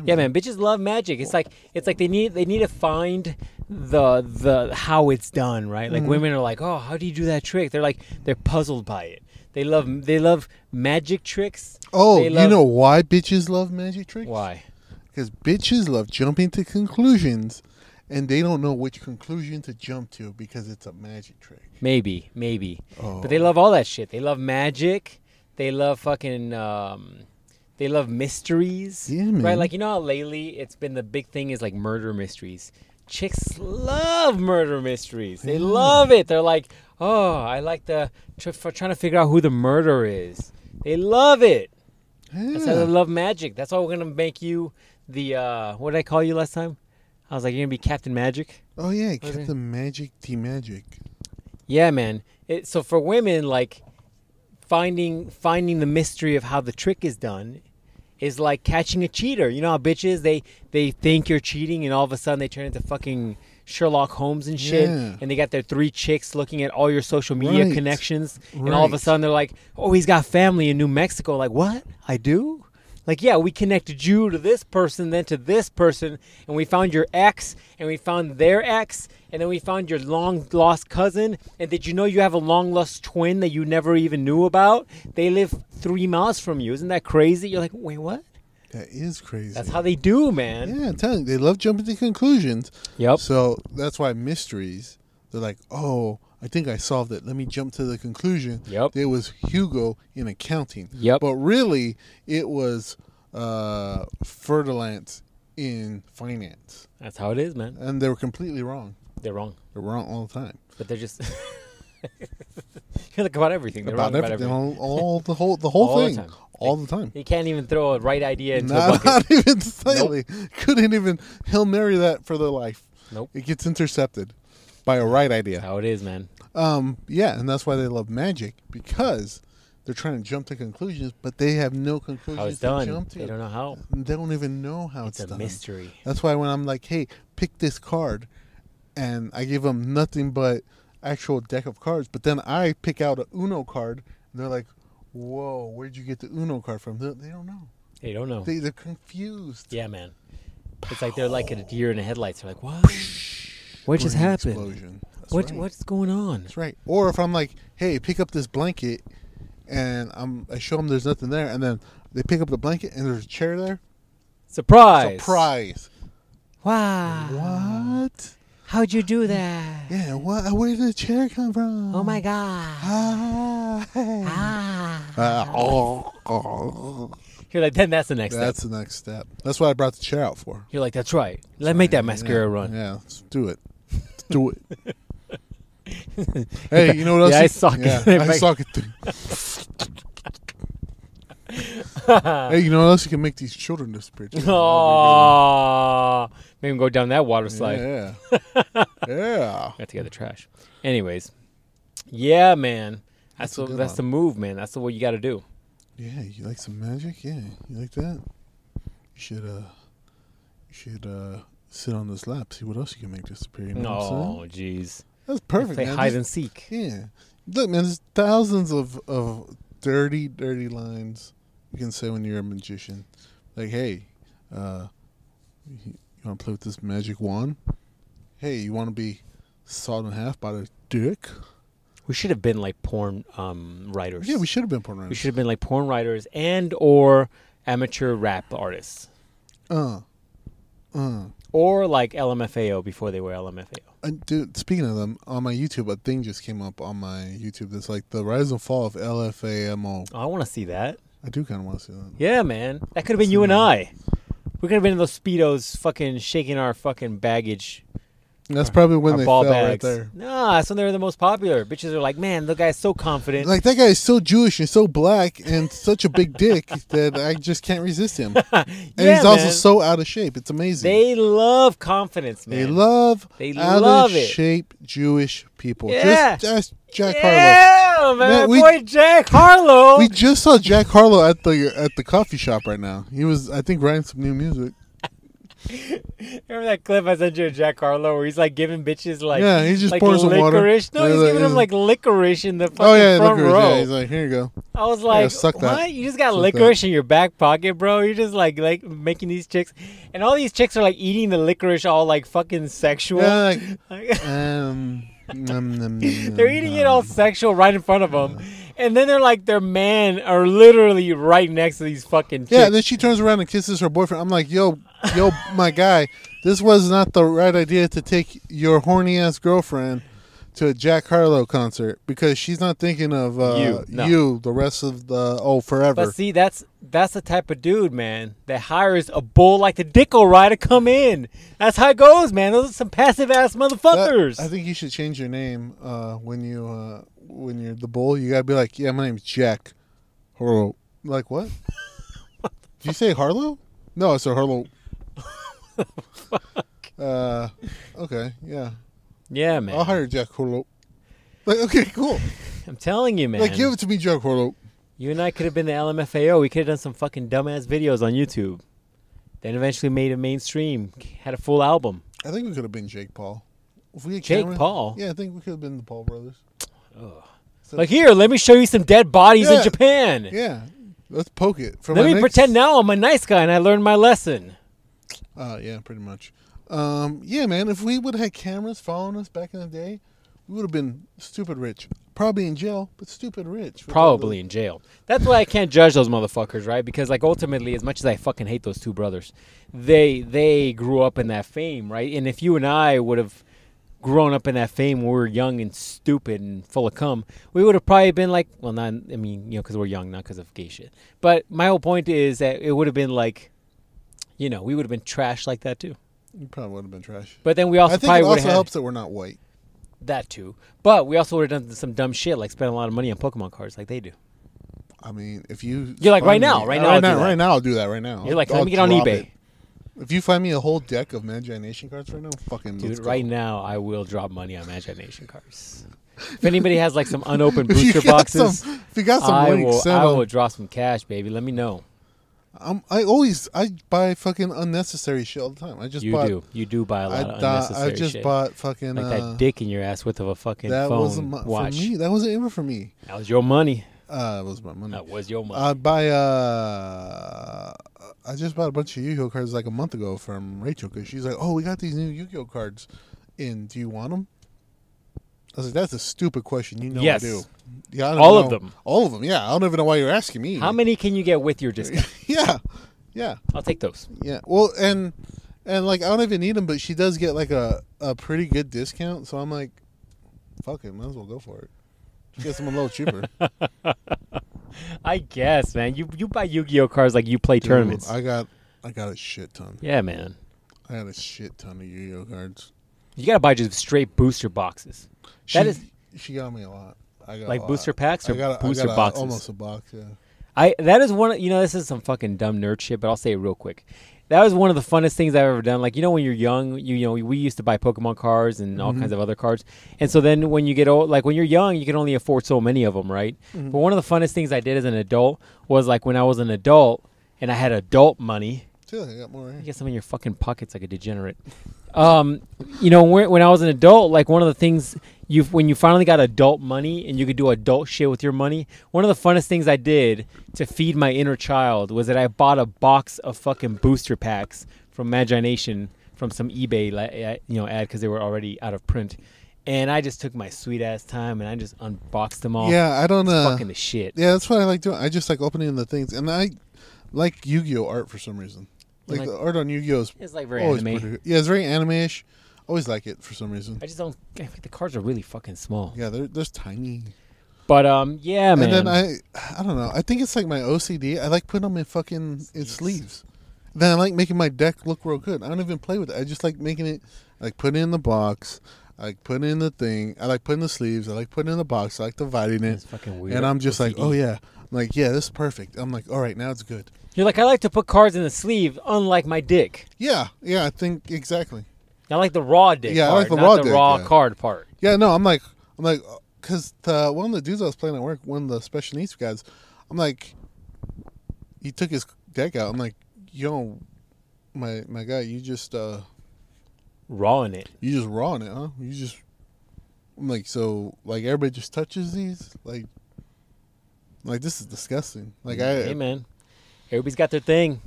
Yeah, man. Bitches love magic. It's like it's like they need they need to find the the how it's done, right? Like women are like, oh, how do you do that trick? They're like they're puzzled by it. They love they love magic tricks. Oh, They you love- know why bitches love magic tricks? Why? Because bitches love jumping to conclusions, and they don't know which conclusion to jump to because it's a magic trick. Maybe, maybe. Oh. But they love all that shit. They love magic. They love fucking. Um, they love mysteries. Yeah, Right? man. Like you know how lately it's been the big thing is like murder mysteries. Chicks love murder mysteries. They love it. They're like, oh, I like the tr- for trying to figure out who the murderer is. They love it. That's how they Yeah. love magic. That's why we're gonna make you the uh, what did I call you last time? I was like, you're gonna be Captain Magic. Oh yeah, Was it- Captain Magic, D Magic. Yeah, man. It, so for women, like finding finding the mystery of how the trick is done is like catching a cheater. You know how bitches they they think you're cheating, and all of a sudden they turn into fucking Sherlock Holmes and shit, Yeah. and they got their three chicks looking at all your social media Right. connections, and all of a Right. sudden they're like, "Oh, he's got family in New Mexico." Like, what? I do. Like, yeah, we connected you to this person, then to this person, and we found your ex, and we found their ex, and then we found your long lost cousin. And did you know you have a long lost twin that you never even knew about? They live three miles from you. Isn't that crazy? You're like, wait, what? That is crazy. That's how they do, man. yeah, I'm telling you, they love jumping to conclusions. Yep. So that's why mysteries, they're like, oh, I think I solved it. Let me jump to the conclusion. Yep. There was Hugo in accounting. Yep. But really, it was uh, Fertilance in finance. That's how it is, man. And they were completely wrong. They're wrong, They were wrong all the time. but they're just. You're like about everything. They're wrong about everything. All, all the whole, the whole All the thing. time. All the time. You can't even throw a right idea into a Not, not bucket. even slightly. Couldn't even Hail Mary that for their life. Nope. It gets intercepted by a right idea. How it is, man. Um, yeah, and that's why they love magic because they're trying to jump to conclusions, but they have no conclusions How it's to done. jump to. They don't know how. And they don't even know how it's, It's a done. mystery. That's why when I'm like, "Hey, pick this card," and I give them nothing but actual deck of cards, but then I pick out a Uno card, and they're like, "Whoa, where'd you get the Uno card from?" They, they don't know. They don't know. They, they're confused. Oh. Yeah, man. It's like they're like a deer in the headlights. They're like, what? What just Brain happened? Explosion. That's What right. what's going on? That's right. Or if I'm like, hey, pick up this blanket, and I'm I show them there's nothing there, and then they pick up the blanket and there's a chair there. Surprise! Surprise! Wow! What? How'd you do that? Yeah. What? Where did the chair come from? Oh my god! Ah. Ah! Ah, oh, oh. You're like, then that's the next That's step. the next step. That's what I brought the chair out for. You're like, that's right. Let make that mascara yeah, run. Yeah, let's do it. Let's do it. hey, you know what else? The you- eye socket. Yeah, eye socket. hey, you know what else? You can make these children disappear. too. Oh, make him go down that water slide. Yeah. yeah. Got to get the trash. Anyways, yeah, man. That's That's a the, good that's one. the move, man. That's the what you got to do. Yeah. You like some magic? Yeah. You like that? You should uh, you should uh, sit on this lap. See what else you can make disappear. You know what I'm saying? Oh, jeez. That's perfect. Play man. hide Just- and seek. Yeah. Look, man, there's thousands of, of dirty, dirty lines you can say when you're a magician. Like, hey, uh, you want to play with this magic wand? Hey, you want to be sawed in half by the dick? We should have been like porn um, writers. Yeah, we should have been porn We writers. should have been like porn writers and or amateur rap artists Uh, uh. or like LMFAO before they were LMFAO. And dude, speaking of them, on my YouTube, a thing just came up on my YouTube that's like the rise and fall of LFAMO. Oh, I want to see that. I do kind of want to see that. Yeah, man. That could have been you and I. We could have been those speedos, fucking shaking our fucking baggage And that's probably when Our they ball fell bags. right there. Nah, that's when they were the most popular. Bitches are like, man, the guy's so confident. Like that guy is so Jewish and so black and such a big dick that I just can't resist him. And yeah, he's also man. so out of shape. It's amazing. They love confidence, man. They love They out love of it. shape Jewish people. Yeah. Just ask Jack Harlow. yeah, man, Man, my we- boy Jack Harlow. We just saw Jack Harlow at the at the coffee shop right now. He was, I think, writing some new music. Remember that clip I sent you of Jack Harlow where he's like giving bitches like Yeah, he's just like pouring some water. licorice. No, Yeah, he's like- uh, giving them like licorice in the fucking Oh yeah, front licorice. row. Yeah, he's like, here you go. I was like, suck that. what? You just got Suck licorice in your back pocket, bro. You're just like like making these chicks, and all these chicks are like eating the licorice all like fucking sexual. Yeah, like, Like, um, nom, nom, nom, they're nom, eating nom. it all sexual right in front of them, and then they're like their man are literally right next to these fucking chicks. Yeah, then she turns around and kisses her boyfriend. I'm like, yo, yo, my guy, this was not the right idea to take your horny ass girlfriend to a Jack Harlow concert because she's not thinking of uh, You, no. you, the rest of the oh forever. But see, that's that's the type of dude, man, that hires a bull like the Dick Rye to come in. That's how it goes, man. Those are some passive ass That- motherfuckers. I think you should change your name uh, when you uh, when you're the bull. You gotta be like, yeah, my name's Jack Harlow. Like what? Did you say Harlow? No, I said Harlow. uh, okay, yeah, yeah, man. I'll hire Jack Harlow. Like, okay, cool. I'm telling you, man. Like, give it to me, Jack Harlow. You and I could have been the LMFAO. We could have done some fucking dumbass videos on YouTube. Then eventually made it mainstream. Had a full album. I think we could have been Jake Paul. If we had Jake camera- Paul? Yeah, I think we could have been the Paul brothers. So- Like, here, let me show you some dead bodies Yeah. in Japan. Yeah, let's poke it. From Let our me next- pretend now I'm a nice guy and I learned my lesson. Uh, yeah, pretty much. Um, yeah, man, if we would have had cameras following us back in the day, we would have been stupid rich. Probably in jail, but stupid rich. with all the- Probably in jail. That's why I can't judge those motherfuckers, right? Because like ultimately, as much as I fucking hate those two brothers, they they grew up in that fame, right? And if you and I would have grown up in that fame when we were young and stupid and full of cum, we would have probably been like, well, not I mean, you know, because we're young, not because of gay shit. But my whole point is that it would have been like, you know, we would have been trash like that too. We probably would have been trash. But then we I also think it probably would also have helps that we're not white. that too. But we also would have done some dumb shit like spent a lot of money on Pokemon cards like they do. I mean, if you You're like, find Uh, right now, right now I'll right do now, that. right now, I'll do that right now. You're like, Oh, I'll let me get on drop eBay. it. If you find me a whole deck of Magi Nation cards right now, fucking Dude, let's go. right now I will drop money on imagination cards. If anybody has like some unopened If you booster got some- boxes, if you got some I links, will send I them. will drop some cash, baby. Let me know. I'm, I always I buy fucking unnecessary shit all the time. I just You bought. do. You do buy a I, lot of da- I unnecessary just shit. bought fucking like uh, that dick in your ass with of a fucking that phone wasn't my, watch. for me. That wasn't ever for me. That was your money. Uh, it was my money. That was your money. I buy uh, I just bought a bunch of Yu-Gi-Oh cards like a month ago from Rachel because she's like, "Oh, we got these new Yu-Gi-Oh cards, and do you want them?" I was like, "That's a stupid question. You know Yes. I do. Yeah, I don't All of know- them. All of them. Yeah, I don't even know why you're asking me. How many can you get with your discount? yeah, yeah, I'll take those. yeah. Well, and and like I don't even need them, but she does get like a a pretty good discount. So I'm like, fuck it, might as well go for it. Just get some a little cheaper. I guess, man. You you buy Yu-Gi-Oh cards like you play tournaments. Dude, I got I got a shit ton. yeah, man. I had a shit ton of Yu-Gi-Oh cards. You gotta buy just straight booster boxes. She, That is- she got me a lot. I got Like a lot. booster packs or Oh, I got a, booster I got a- boxes? almost a box. Yeah. I that is one. of- You know, this is some fucking dumb nerd shit, but I'll say it real quick. That was one of the funnest things I've ever done. Like you know, when you're young, you, you know, we used to buy Pokemon cards and all kinds of other cards. And so then when you get old, like when you're young, you can only afford so many of them, right? But one of the funnest things I did as an adult was like when I was an adult and I had adult money. See, look, I got more. You Here. get some in your fucking pockets like a degenerate. Um, you know, when, when I was an adult, like one of the things you when you finally got adult money and you could do adult shit with your money, one of the funnest things I did to feed my inner child was that I bought a box of fucking booster packs from Imagination from some eBay li- uh, you know ad because they were already out of print, and I just took my sweet ass time and I just unboxed them all. Yeah, I don't know. fucking the shit. Yeah, that's what I like doing. I just like opening the things, and I like Yu-Gi-Oh art for some reason. You Like, like- the art on Yu-Gi-Oh is It's like very always anime. pretty good. Yeah, it's very anime-ish. Always like it for some reason. I just don't. I think the cards are really fucking small. Yeah, they're they're tiny. But um, yeah, man. And then I, I don't know. I think it's like my OCD. I like putting them in fucking in sleeves, Then I like making my deck look real good. I don't even play with it. I just like making it, I like putting it in the box. I like putting it in the thing. I like putting the sleeves. I like putting it in the box. I like dividing it. It's fucking weird. And I'm just like, OCD. oh yeah, I'm like yeah, this is perfect. I'm like, all right, now it's good. You're like, I like to put cards in the sleeve, unlike my dick. Yeah, yeah, I think exactly. I like the raw dick. Yeah, I part, like the not raw the dick, raw yeah. card part. Yeah, no, I'm like, I'm like, because the, one of the dudes I was playing at work, one of the special needs guys, I'm like, he took his deck out. I'm like, yo, my my guy, you just uh, Raw in it. you just raw on it, huh? You just, I'm like, so like everybody just touches these, like, like this is disgusting. Like I, hey man, everybody's got their thing.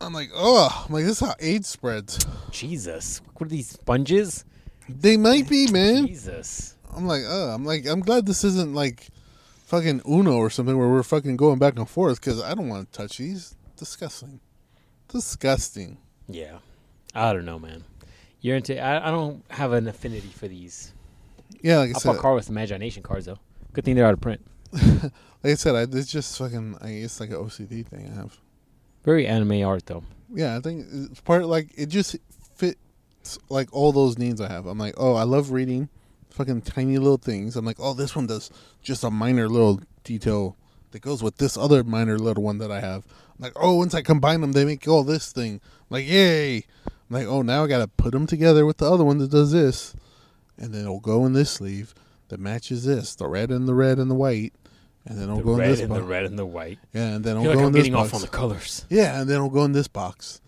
I'm like, oh, I'm like this is how AIDS spreads. Jesus, what are these sponges? They might be, man. Jesus, I'm like, uh, I'm like, I'm glad this isn't like fucking Uno or something where we're fucking going back and forth because I don't want to touch these. Disgusting. Disgusting. yeah. I don't know, man. You're into. I, I don't have an affinity for these. Yeah, like I I'll said, put card with imagination cards though. Good thing they're out of print. like I said, I, it's just fucking. I, it's like an OCD thing I have. Very anime art though. Yeah, I think it's part like it just fits like all those needs I have. I'm like, oh, I love reading fucking tiny little things. I'm like, oh, this one does just a minor little detail that goes with this other minor little one that I have. I'm like, oh, once I combine them, they make all this thing. I'm like, yay! I'm like, oh, now I gotta put them together with the other one that does this, and then it'll go in this sleeve that matches this, the red and the red and the white, and then it'll The go in red this and box. the red and the white. Yeah, and then I it'll feel go like in I'm this getting off box. on the colors. Yeah, and then it'll go in this box.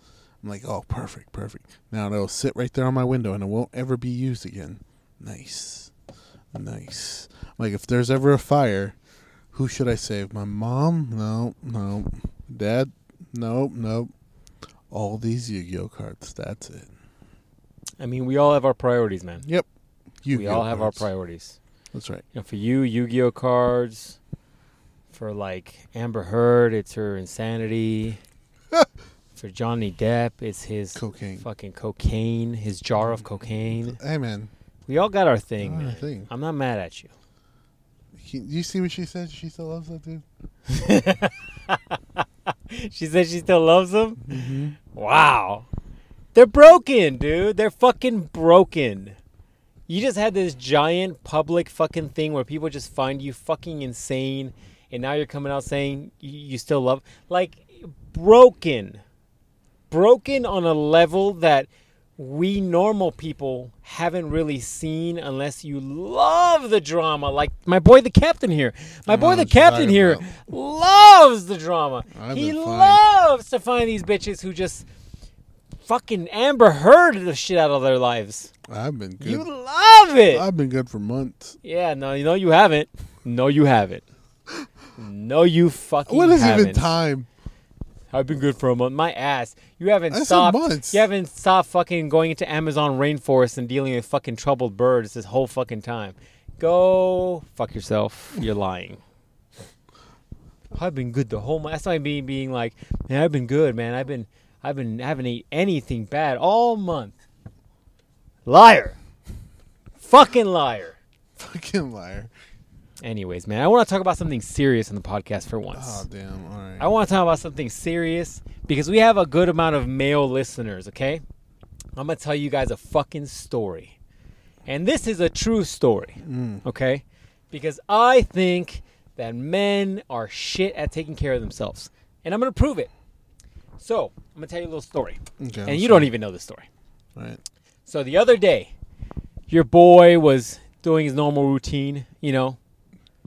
I'm like, oh, perfect, perfect. Now it'll sit right there on my window, and it won't ever be used again. Nice, nice. I'm like, if there's ever a fire, who should I save? My mom? No, no. Dad? No, no. All these Yu-Gi-Oh cards. That's it. I mean, we all have our priorities, man. Yep. Yu-Gi-Oh we all have cards. our priorities. That's right. You know, for you, Yu-Gi-Oh cards. For like Amber Heard, it's her insanity. for Johnny Depp, it's his Cocaine. fucking cocaine, his jar of cocaine. Hey man, We all got our thing, Got Mm-hmm. our man. thing. I'm not mad at you. he, you see what she said? She still loves that dude. She said she still loves him. Mm-hmm. Wow. They're broken, dude. They're fucking broken. You just had this giant public fucking thing where people just find you fucking insane, and now you're coming out saying y- you still love. Like, broken. Broken on a level that we normal people haven't really seen unless you love the drama. Like, my boy the captain here. My I boy know the what you're captain talking here Oh, about. loves the drama. I've he been fine. loves to find these bitches who just fucking Amber Heard the shit out of their lives. I've been You good. love it. I've been good for months. yeah, no, you know you haven't. No, you haven't. No, you fucking What is haven't. even time? I've been good for a month. My ass. You haven't I said stopped. months. You haven't stopped fucking going into Amazon rainforest and dealing with fucking troubled birds this whole fucking time. Go fuck yourself. You're lying. I've been good the whole month. That's not me being like, man, I've been good, man. I've been, I've been, I haven't ate anything bad all month. Liar. Fucking liar. Fucking liar. Anyways, man, I want to talk about something serious on the podcast for once. Oh damn! All right. I want to talk about something serious because we have a good amount of male listeners, okay? I'm going to tell you guys a fucking story. And this is a true story, okay? Because I think that men are shit at taking care of themselves. And I'm going to prove it. So, I'm going to tell you a little story. okay, And you don't e- even know the story. Right. So the other day, your boy was doing his normal routine, you know,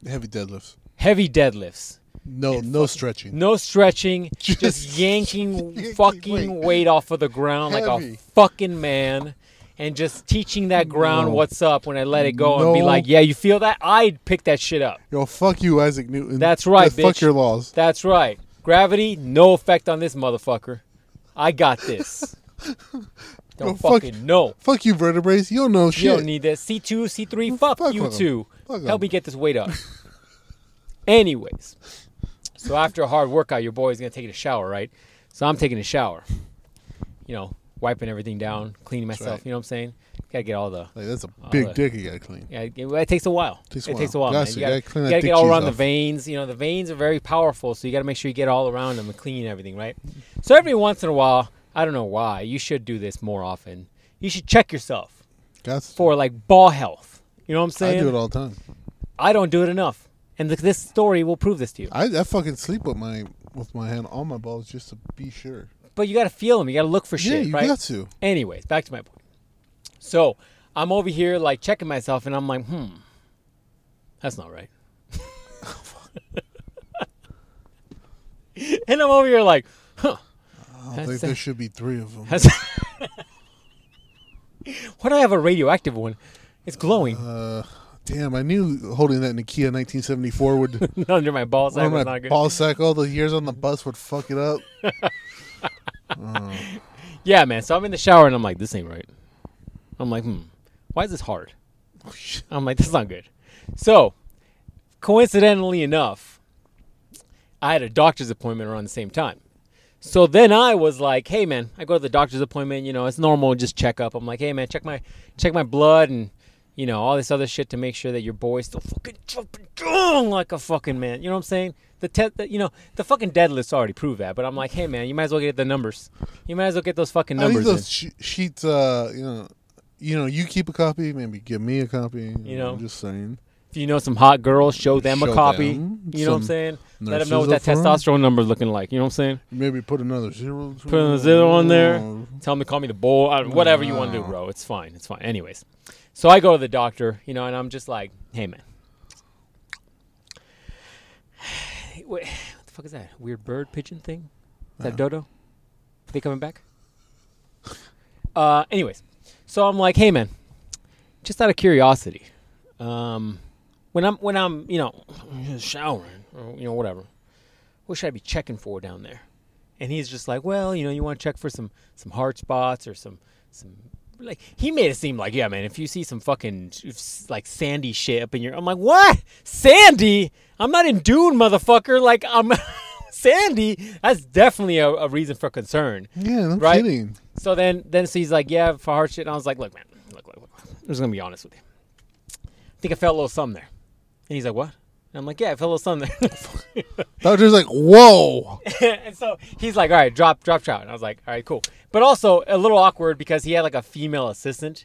Heavy deadlifts. heavy deadlifts. No, no stretching. No stretching, just, Just yanking yanking fucking weight. weight off of the ground like a Heavy. fucking man and just teaching that ground No. what's up when I let it go and be No. like, yeah, you feel that? I'd pick that shit up. Yo, fuck you, Isaac Newton. That's right, Yeah, Fuck bitch. your laws. That's right. Gravity, no effect on this motherfucker. I got this. Yo, Don't fuck- fucking know. Fuck you, vertebrae. You don't know shit. You don't need that. C2, C3, fuck, Fuck you with 'em. two. Fuck Help 'em. me get this weight up. Anyways, so after a hard workout, your boy's going to take a shower, right? So I'm taking a shower. You know, wiping everything down, cleaning myself, right. you know what I'm saying? Gotta get all the. Like that's a Oh, big that- dick you gotta clean. Yeah, it, it takes a while. Takes a it while. takes a while. Yeah, man. so You you gotta, gotta clean you that gotta dick get all cheese around the off. veins. You know, the veins are very powerful, so you gotta make sure you get all around them and clean everything, right? So every once in a while, I don't know why, you should do this more often. You should check yourself That's for like ball health. You know what I'm I saying? do it all the time. I don't do it enough, and th- this story will prove this to you. I, I fucking sleep with my with my hand on my balls just to be sure. But you gotta feel them. You gotta look for yeah, shit, you right? got to. Anyways, back to my point. So I'm over here like checking myself, and I'm like, hmm, that's not right. and I'm over here like, huh, I don't That's think a- there should be three of them. that's. Why do I have a radioactive one? It's glowing Uh, damn, I knew holding that in a Kia 1974 would under my balls. That run was my not good. ball sack all the years on the bus would fuck it up. Yeah, man. So I'm in the shower, and I'm like, this ain't right. I'm like, hmm, why is this hard? I'm like, that's not good. So, coincidentally enough, I had a doctor's appointment around the same time. So then I was like, hey man, I go to the doctor's appointment, you know, it's normal, just check up. I'm like, hey man, check my check my blood and you know, all this other shit to make sure that your boy's still fucking jumping down like a fucking man. You know what I'm saying? The, te- the you know, the fucking deadlifts already prove that, but I'm like, hey man, you might as well get the numbers. You might as well get those fucking I think numbers. in. those she- sheets, uh, you know, you know, you keep a copy, maybe give me a copy. You, You know. I'm just saying. If you know some hot girls, show them a Show copy. them you know what I'm some saying? Let them know narcissism what that for 'em. testosterone number's looking like. You know what I'm saying? Maybe put another zero. Oh. Put a zero on there. Tell them to call me the bull. I- Whatever you want to do, Wow. bro. It's fine. It's fine. Anyways, so I go to the doctor, you know, and I'm just like, hey, man. Wait, what the fuck is that? Weird bird pigeon thing? Is that dodo? Are they coming back? Uh, anyways, so I'm like, hey, man, just out of curiosity, um, when I'm when I'm you know showering or you know whatever, what should I be checking for down there? and he's just like, well, you know, you want to check for some some hard spots or some some like he made it seem like, yeah, man, if you see some fucking like sandy shit up in your, I'm like, what sandy? I'm not in Dune, motherfucker. Like I'm sandy. That's definitely a, a reason for concern. Yeah, no Right? kidding. So then, then so he's like, yeah, for hard shit. And I was like, look, man, look, look, look. I'm just gonna be honest with you. I think I felt a little something there. And he's like, what? And I'm like, yeah, I felt a little something there. Doctor's like, whoa. and so he's like, "All right, drop, drop, trout." And I was like, "All right, cool." But also a little awkward because he had like a female assistant,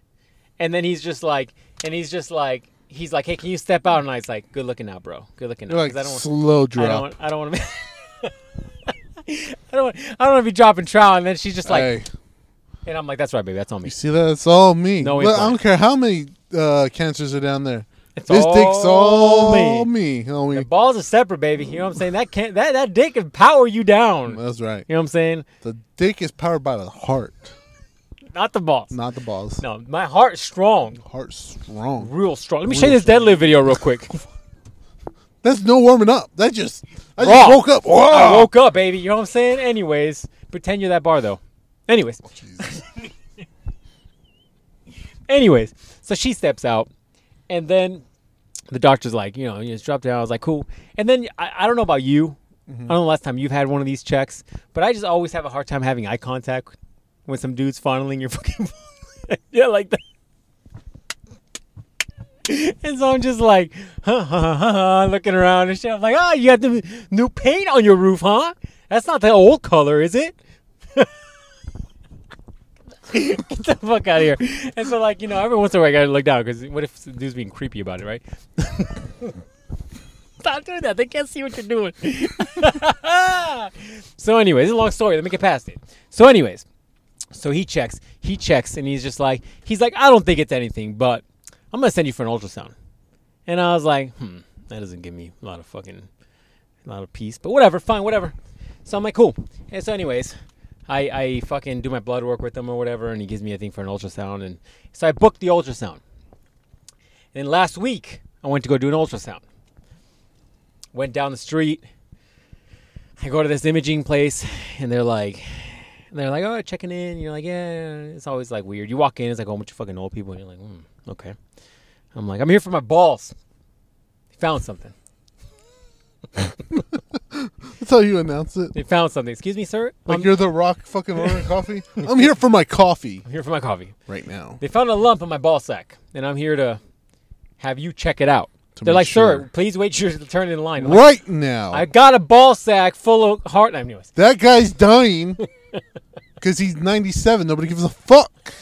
and then he's just like, and he's just like, he's like, "Hey, can you step out?" And I was like, "Good looking out, bro. Good looking out." You're like 'Cause I don't, want- slow I drop. don't, want- I don't want to be. I don't, want- I don't want to be dropping trout, and then she's just like, hey, and I'm like, "That's right, baby. That's on me." you see that? It's all me. No Look, I implant. don't care how many uh, cancers are down there. It's this all dick's all me. me. homie. The balls are separate, baby. You know what I'm saying? That can't that that dick can power you down. That's right. You know what I'm saying? The dick is powered by the heart, Not the balls. not the balls. No, my heart's strong, Heart strong. real strong. Let me Real show you this strong. deadlift video real quick. That's no warming up. That just I Raw. just woke up. Whoa. I woke up, baby. You know what I'm saying? Anyways, pretend you're that bar though. Anyways, Jesus. anyways, so she steps out, and then the doctor's like, you know, you just drop down. I was like, cool. And then I, I don't know about you. I don't know the last time you've had one of these checks, but I just always have a hard time having eye contact when some dude's fondling your fucking. yeah, like that. And so I'm just like, huh, huh, huh, huh, huh, looking around and shit. I'm like, ah, you got the new paint on your roof, huh? That's not the old color, is it? Get the fuck out of here. And so, like, you know, every once in a while I gotta look down because what if the dude's being creepy about it, right? Stop doing that. They can't see what you're doing. so, anyways, it's a long story. Let me get past it. So, anyways, so he checks, he checks, and he's just like, he's like, I don't think it's anything, but I'm gonna send you for an ultrasound. And I was like, hmm, that doesn't give me a lot of fucking, a lot of peace, but whatever, fine, whatever. So I'm like, cool. And so, anyways, I, I fucking do my blood work with him or whatever, and he gives me a thing for an ultrasound, and so I booked the ultrasound. And then last week, I went to go do an ultrasound. Went down the street. I go to this imaging place, and they're like, they're like, oh, checking in. You're like, yeah. It's always like weird. You walk in, it's like a whole bunch of fucking old people, and you're like, hmm, okay. I'm like, I'm here for my balls. Found something. That's how you announce it. They found something. Excuse me, sir. Like I'm you're the rock fucking ordering coffee. I'm here for my coffee I'm here for my coffee. right now. They found a lump in my ball sack, and I'm here to have you check it out. To They're make like, sure. sir, please wait your turn in line. I'm like, Right now. I got a ball sack full of heart. I knew it. That guy's dying because he's 97. Nobody gives a fuck.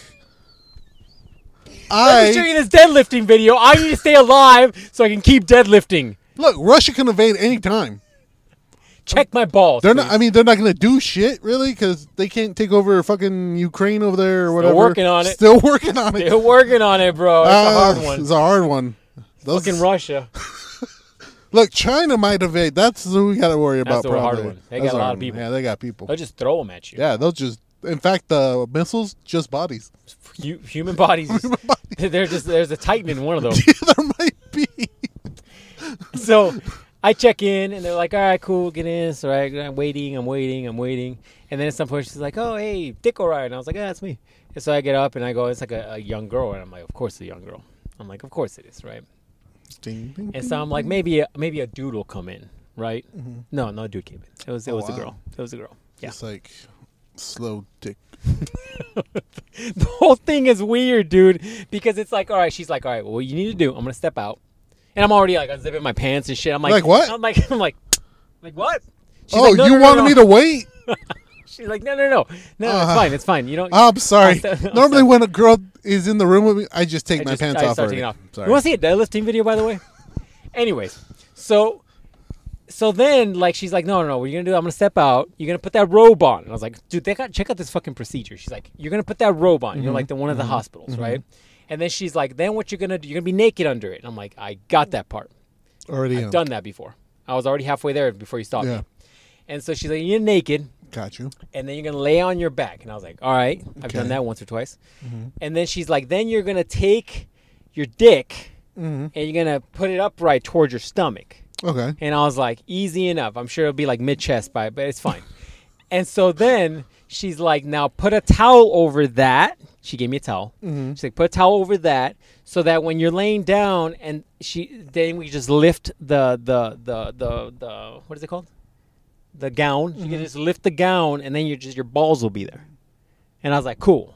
I was showing I this deadlifting video. I need to stay alive so I can keep deadlifting. look. Russia can invade any time. Check my balls. They're not. please. I mean, they're not going to do shit really because they can't take over fucking Ukraine over there or whatever. working on it. Still working on it. They're working on it, bro. It's Ah, a hard It's one. a hard one. Those- Fucking Russia. look, China might invade. That's who we got to worry That's about. the probably. hard one. They That's got a the lot hard of one. people. Yeah, they got people. They'll just throw them at you. Yeah, they'll just. In fact, the missiles just bodies. Hu- human bodies. They're just there's a titan in one of those. there might be. so I check in and they're like, all right, cool, get in. So I, I'm waiting, I'm waiting, I'm waiting. And then at some point she's like, oh, hey, Dick O'Reilly. And I was like, yeah, that's me. And so I get up and I go, it's like a, a young girl. And I'm like, of course it's a young girl. I'm like, of course it is, right? Ding, ding, And so I'm like, maybe a, maybe a dude will come in, right? No, no dude came in. It was, it Mm-hmm. Oh, was wow. a girl. It was a girl. Yeah. It's like slow dick. the whole thing is weird, dude, because it's like, all right, she's like, all right, well, you need to do, I'm gonna step out, and I'm already like unzipping my pants and shit. I'm like, Like what? I'm like, I'm like, like what? She's oh, like, no, you no, no, wanted no. me to wait? She's like, no, no, no, no, Uh, it's fine, it's fine. You don't. I'm sorry. I'll st- I'll Normally, stop. when a girl is in the room with me, I just take I my just- pants I off start already. taking off. Sorry. You want to see a deadlifting video, by the way? Anyways, so so then like she's like, no, no, no, what are you gonna do? I'm gonna step out. You're gonna put that robe on. And I was like, dude, they got check out this fucking procedure. She's like, you're gonna put that robe on. You're like the one Mm-hmm. of the hospitals, right? And then she's like, then what you're gonna do? You're gonna be naked under it. And I'm like, I got that part. already on. Done that before. I was already halfway there before you stopped Yeah. me. And so she's like, you're naked Got you. and then you're gonna lay on your back. And I was like, all right, I've Okay. done that once or twice. And then she's like, then you're gonna take your dick and you're gonna put it upright towards your stomach. Okay. And I was like, easy enough. I'm sure it'll be like mid chest by, but it's fine. and so then she's like, now put a towel over that. She gave me a towel. She's like, put a towel over that so that when you're laying down and she, then we just lift the the the the the what is it called? The gown. You can just lift the gown and then your just your balls will be there. And I was like, cool.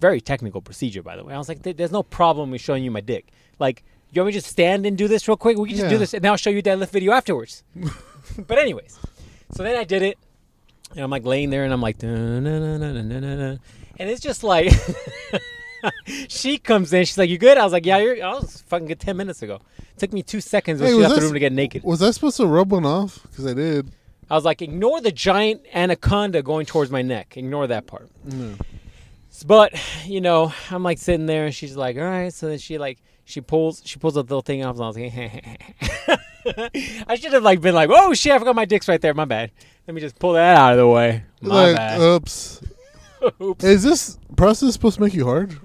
Very technical procedure, by the way. I was like, there- there's no problem with showing you my dick. Like, you want me to just stand and do this real quick? We can just do Yeah. this, and I'll show you deadlift video afterwards. but anyways, so then I did it, and I'm like laying there, and I'm like, dun, dun, dun, dun, dun, dun, dun, dun. and it's just like, she comes in, she's like, you good? I was like, yeah, you're, I was fucking good ten minutes ago. took me two seconds when Hey, she was left this- the room to get naked. Was I supposed to rub one off? Because I did. I was like, ignore the giant anaconda going towards my neck. Ignore that part. S- But you know, I'm like sitting there, and she's like, all right. So then she like she pulls she pulls a little thing off, and I was like, I should have like been like, oh shit, I forgot my dick's right there. My bad. Let me just pull that out of the way. My like, bad. oops. Oops. Is this process supposed to make you hard?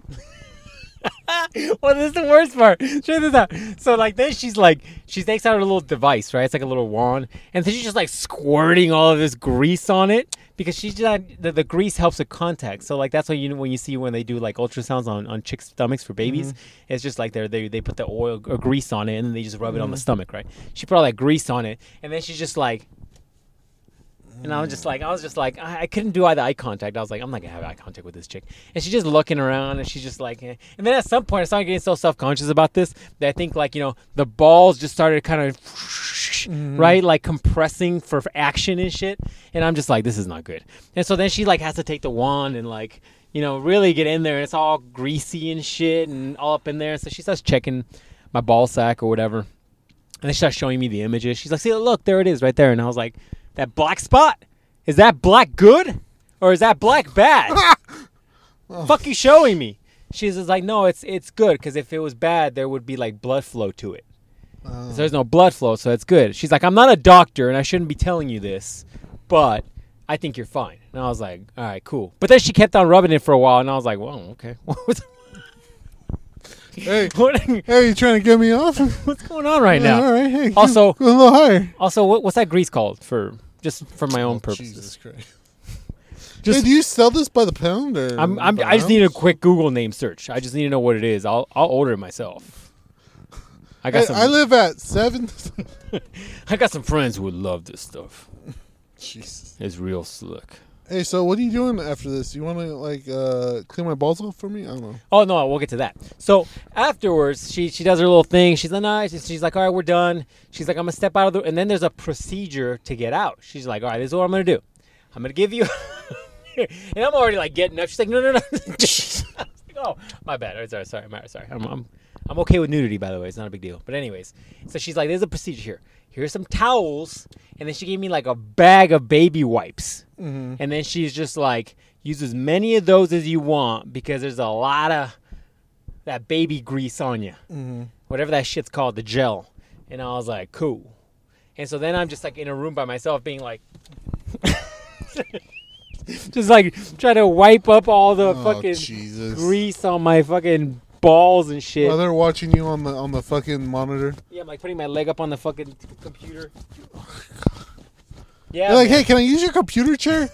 well, this is the worst part. Check this out. So, like, then she's like, she takes out her little device, right? It's like a little wand, and then she's just like squirting all of this grease on it because she's not the, the grease helps with contact. So, like, that's what you when you see when they do like ultrasounds on, on chicks' stomachs for babies, it's just like they're, they they put the oil or grease on it and then they just rub it on the stomach, right? She put all that grease on it, and then she's just like. And I was just like, I was just like, I, I couldn't do either eye contact. I was like, I'm not gonna have eye contact with this chick. And she's just looking around, and she's just like, eh. and then at some point, I started getting so self conscious about this that I think like you know the balls just started kind of right like compressing for for action and shit. And I'm just like, this is not good. And so then she like has to take the wand and like you know really get in there. And it's all greasy and shit and all up in there. So she starts checking my ball sack or whatever. And they start showing me the images. She's like, see, look, there it is right there. And I was like, that black spot? Is that black good? Or is that black bad? Fuck you showing me. She's just like, no, it's it's good because if it was bad, there would be like blood flow to it. So there's no blood flow, so it's good. She's like, I'm not a doctor and I shouldn't be telling you this, but I think you're fine. And I was like, all right, cool. But then she kept on rubbing it for a while, and I was like, whoa, okay. What was- Hey, what, hey, you trying to get me off? what's going on right now? All right. Hey, Also- go a little higher. Also, what, what's that grease called for? Just for my own purposes. Oh, Jesus Christ. Just- Hey, do you sell this by the pound or? I'm, I'm, by I just ounce? need a quick Google name search. I just need to know what it is. I'll, I'll order it myself. I got Hey, some. I live at seven. I got some friends who would love this stuff. Jesus. It's real slick. Hey, so what are you doing after this? You want to like uh, clean my balls off for me? I don't know. Oh no, we'll get to that. So afterwards, she she does her little thing. She's like, nah, she's she's like, all right, we're done. She's like, I'm gonna step out of the. And then there's a procedure to get out. She's like, all right, this is what I'm gonna do. I'm gonna give you. and I'm already like getting up. She's like, no, no, no. I was like, oh, my bad. I'm sorry, sorry, I'm sorry. I'm, I'm I'm okay with nudity, by the way. It's not a big deal. But anyways, so she's like, there's a procedure here. Here's some towels, and then she gave me like a bag of baby wipes. Mm-hmm. And then she's just like, use as many of those as you want because there's a lot of that baby grease on you, Mm-hmm. whatever that shit's called, the gel. And I was like, cool. And so then I'm just like in a room by myself, being like, just like trying to wipe up all the fucking Oh, Jesus. grease on my fucking balls and shit. While they're watching you on the on the fucking monitor, yeah, I'm like putting my leg up on the fucking computer. Yeah, you're like, man. "Hey, can I use your computer chair?"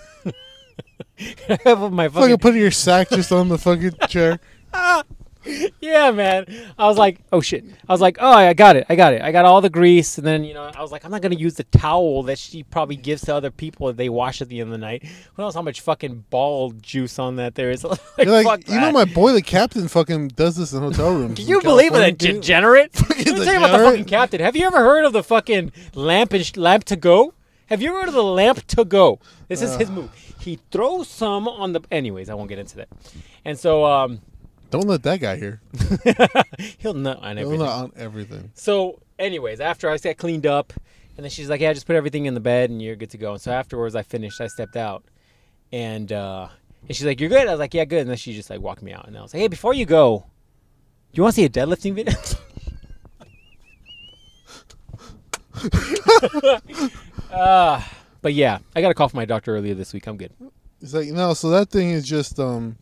my fucking fucking putting your sack just on the fucking chair. Yeah, man. I was like, oh shit. I was like, oh, I got it. I got it. I got all the grease. And then, you know, I was like, I'm not going to use the towel that she probably gives to other people that they wash at the end of the night. Who knows how much fucking ball juice on that there is? like, You're like, fuck you know, that. my boy, the captain, fucking does this in hotel rooms. Can in you believe California, it, dude. degenerate? Let me Fucking tell you about the degenerate. fucking captain. Have you ever heard of the fucking lamp and sh- lamp to go? Have you ever heard of the lamp to go? This is his move. He throws some on the. Anyways, I won't get into that. And so, um, Don't let that guy hear. he'll nut on Don't everything. let on everything. So, anyways, after I got cleaned up, and then she's like, "Yeah, just put everything in the bed, and you're good to go." And so afterwards, I finished. I stepped out, and uh, and she's like, "You're good." I was like, "Yeah, good." And then she just like walked me out, and I was like, "Hey, before you go, you want to see a deadlifting video?" uh, but yeah, I got a call from my doctor earlier this week. I'm good. It's like no, so that thing is just um,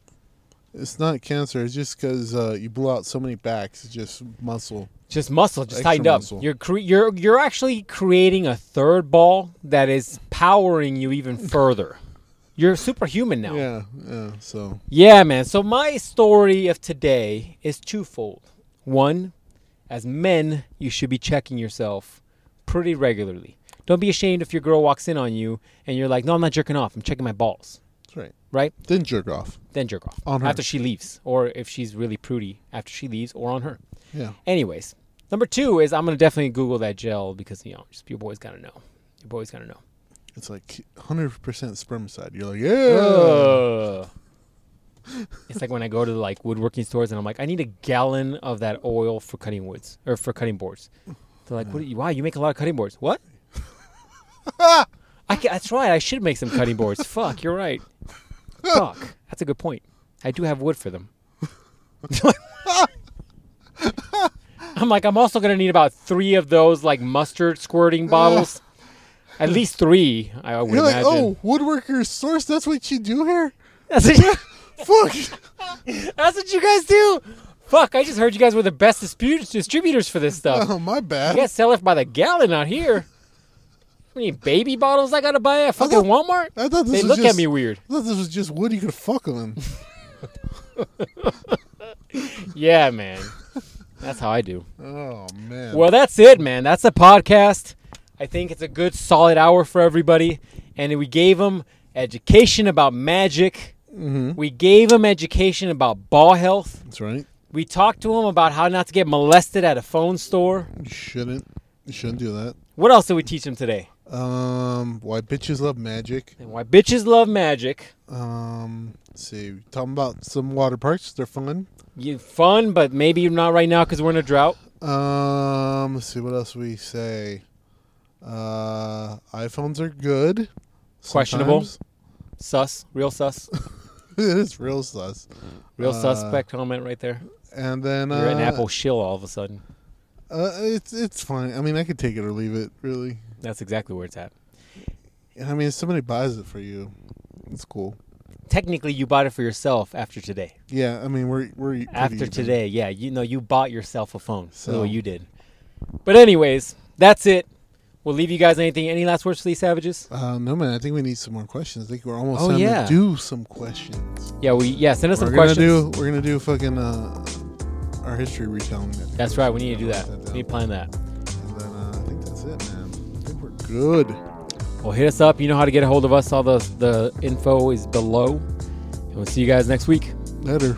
it's not cancer. It's just because uh, you blew out so many backs. It's just muscle. Just muscle, just Extra tightened up. muscle. You're cre- you're you're actually creating a third ball that is powering you even further. You're superhuman now. Yeah, yeah. So Yeah, man. So my story of today is twofold. One, as men, you should be checking yourself pretty regularly. Don't be ashamed if your girl walks in on you and you're like, "No, I'm not jerking off. I'm checking my balls." that's right. Right? Then jerk off. Then jerk off On her. after she leaves, or if she's really prudy after she leaves, or on her. Yeah. Anyways, number two is I'm gonna definitely Google that gel because you know just, your boy's gotta know. Your boy's gotta know. It's like 100% spermicide. You're like, yeah. Ugh. it's like when I go to like woodworking stores and I'm like, I need a gallon of that oil for cutting woods or for cutting boards. They're like, what? do you, wow, you make a lot of cutting boards. What? I ca that's right. I should make some cutting boards. Fuck, you're right. Fuck, that's a good point. I do have wood for them. I'm like, I'm also gonna need about three of those like mustard squirting bottles. At least three, I would You're like, imagine. oh, woodworker's source. That's what you do here. That's it. Fuck. That's what you guys do. Fuck, I just heard you guys were the best dispute- distributors for this stuff. oh, my bad. You guys sell it by the gallon out here. How many baby bottles I gotta buy at fucking thought- Walmart? I thought this was They look just, at me weird. I thought this was just wood you could fuck on. Yeah, man. That's how I do. oh man. Well, that's it, man. That's the podcast. I think it's a good solid hour for everybody. And we gave them education about magic. Mm-hmm. We gave them education about ball health. That's right. We talked to them about how not to get molested at a phone store. You shouldn't. You shouldn't do that. What else did we teach them today? Um, why bitches love magic. and why bitches love magic. Um, let's see, talking about some water parks, they're fun. You fun, but maybe not right now because we're in a drought. Um, let's see what else we say. Uh, iPhones are good. Questionable. sometimes. Sus, real sus, it is real sus. real Uh, suspect comment right there. And then You're uh, an Apple shill all of a sudden. Uh, it's it's fine. I mean, I could take it or leave it. Really. That's exactly where it's at. And I mean, if somebody buys it for you, it's cool. Technically, you bought it for yourself after today. Yeah, I mean, we're we're pretty after even. today, yeah, you know, you bought yourself a phone. So So- you did. But anyways, that's it. We'll leave you guys anything. Any last words for these savages? Uh, no man, I think we need some more questions. I think we're almost Oh, time yeah. to do some questions. Yeah, we yeah. Send us we're some gonna questions. do we're gonna do fucking uh, our our history retelling. That That's right. We need to do that. We need to plan that. And then uh, I think that's it, man. I think we're good. Well, hit us up. You know how to get a hold of us. All the the info is below. And we'll see you guys next week. Later.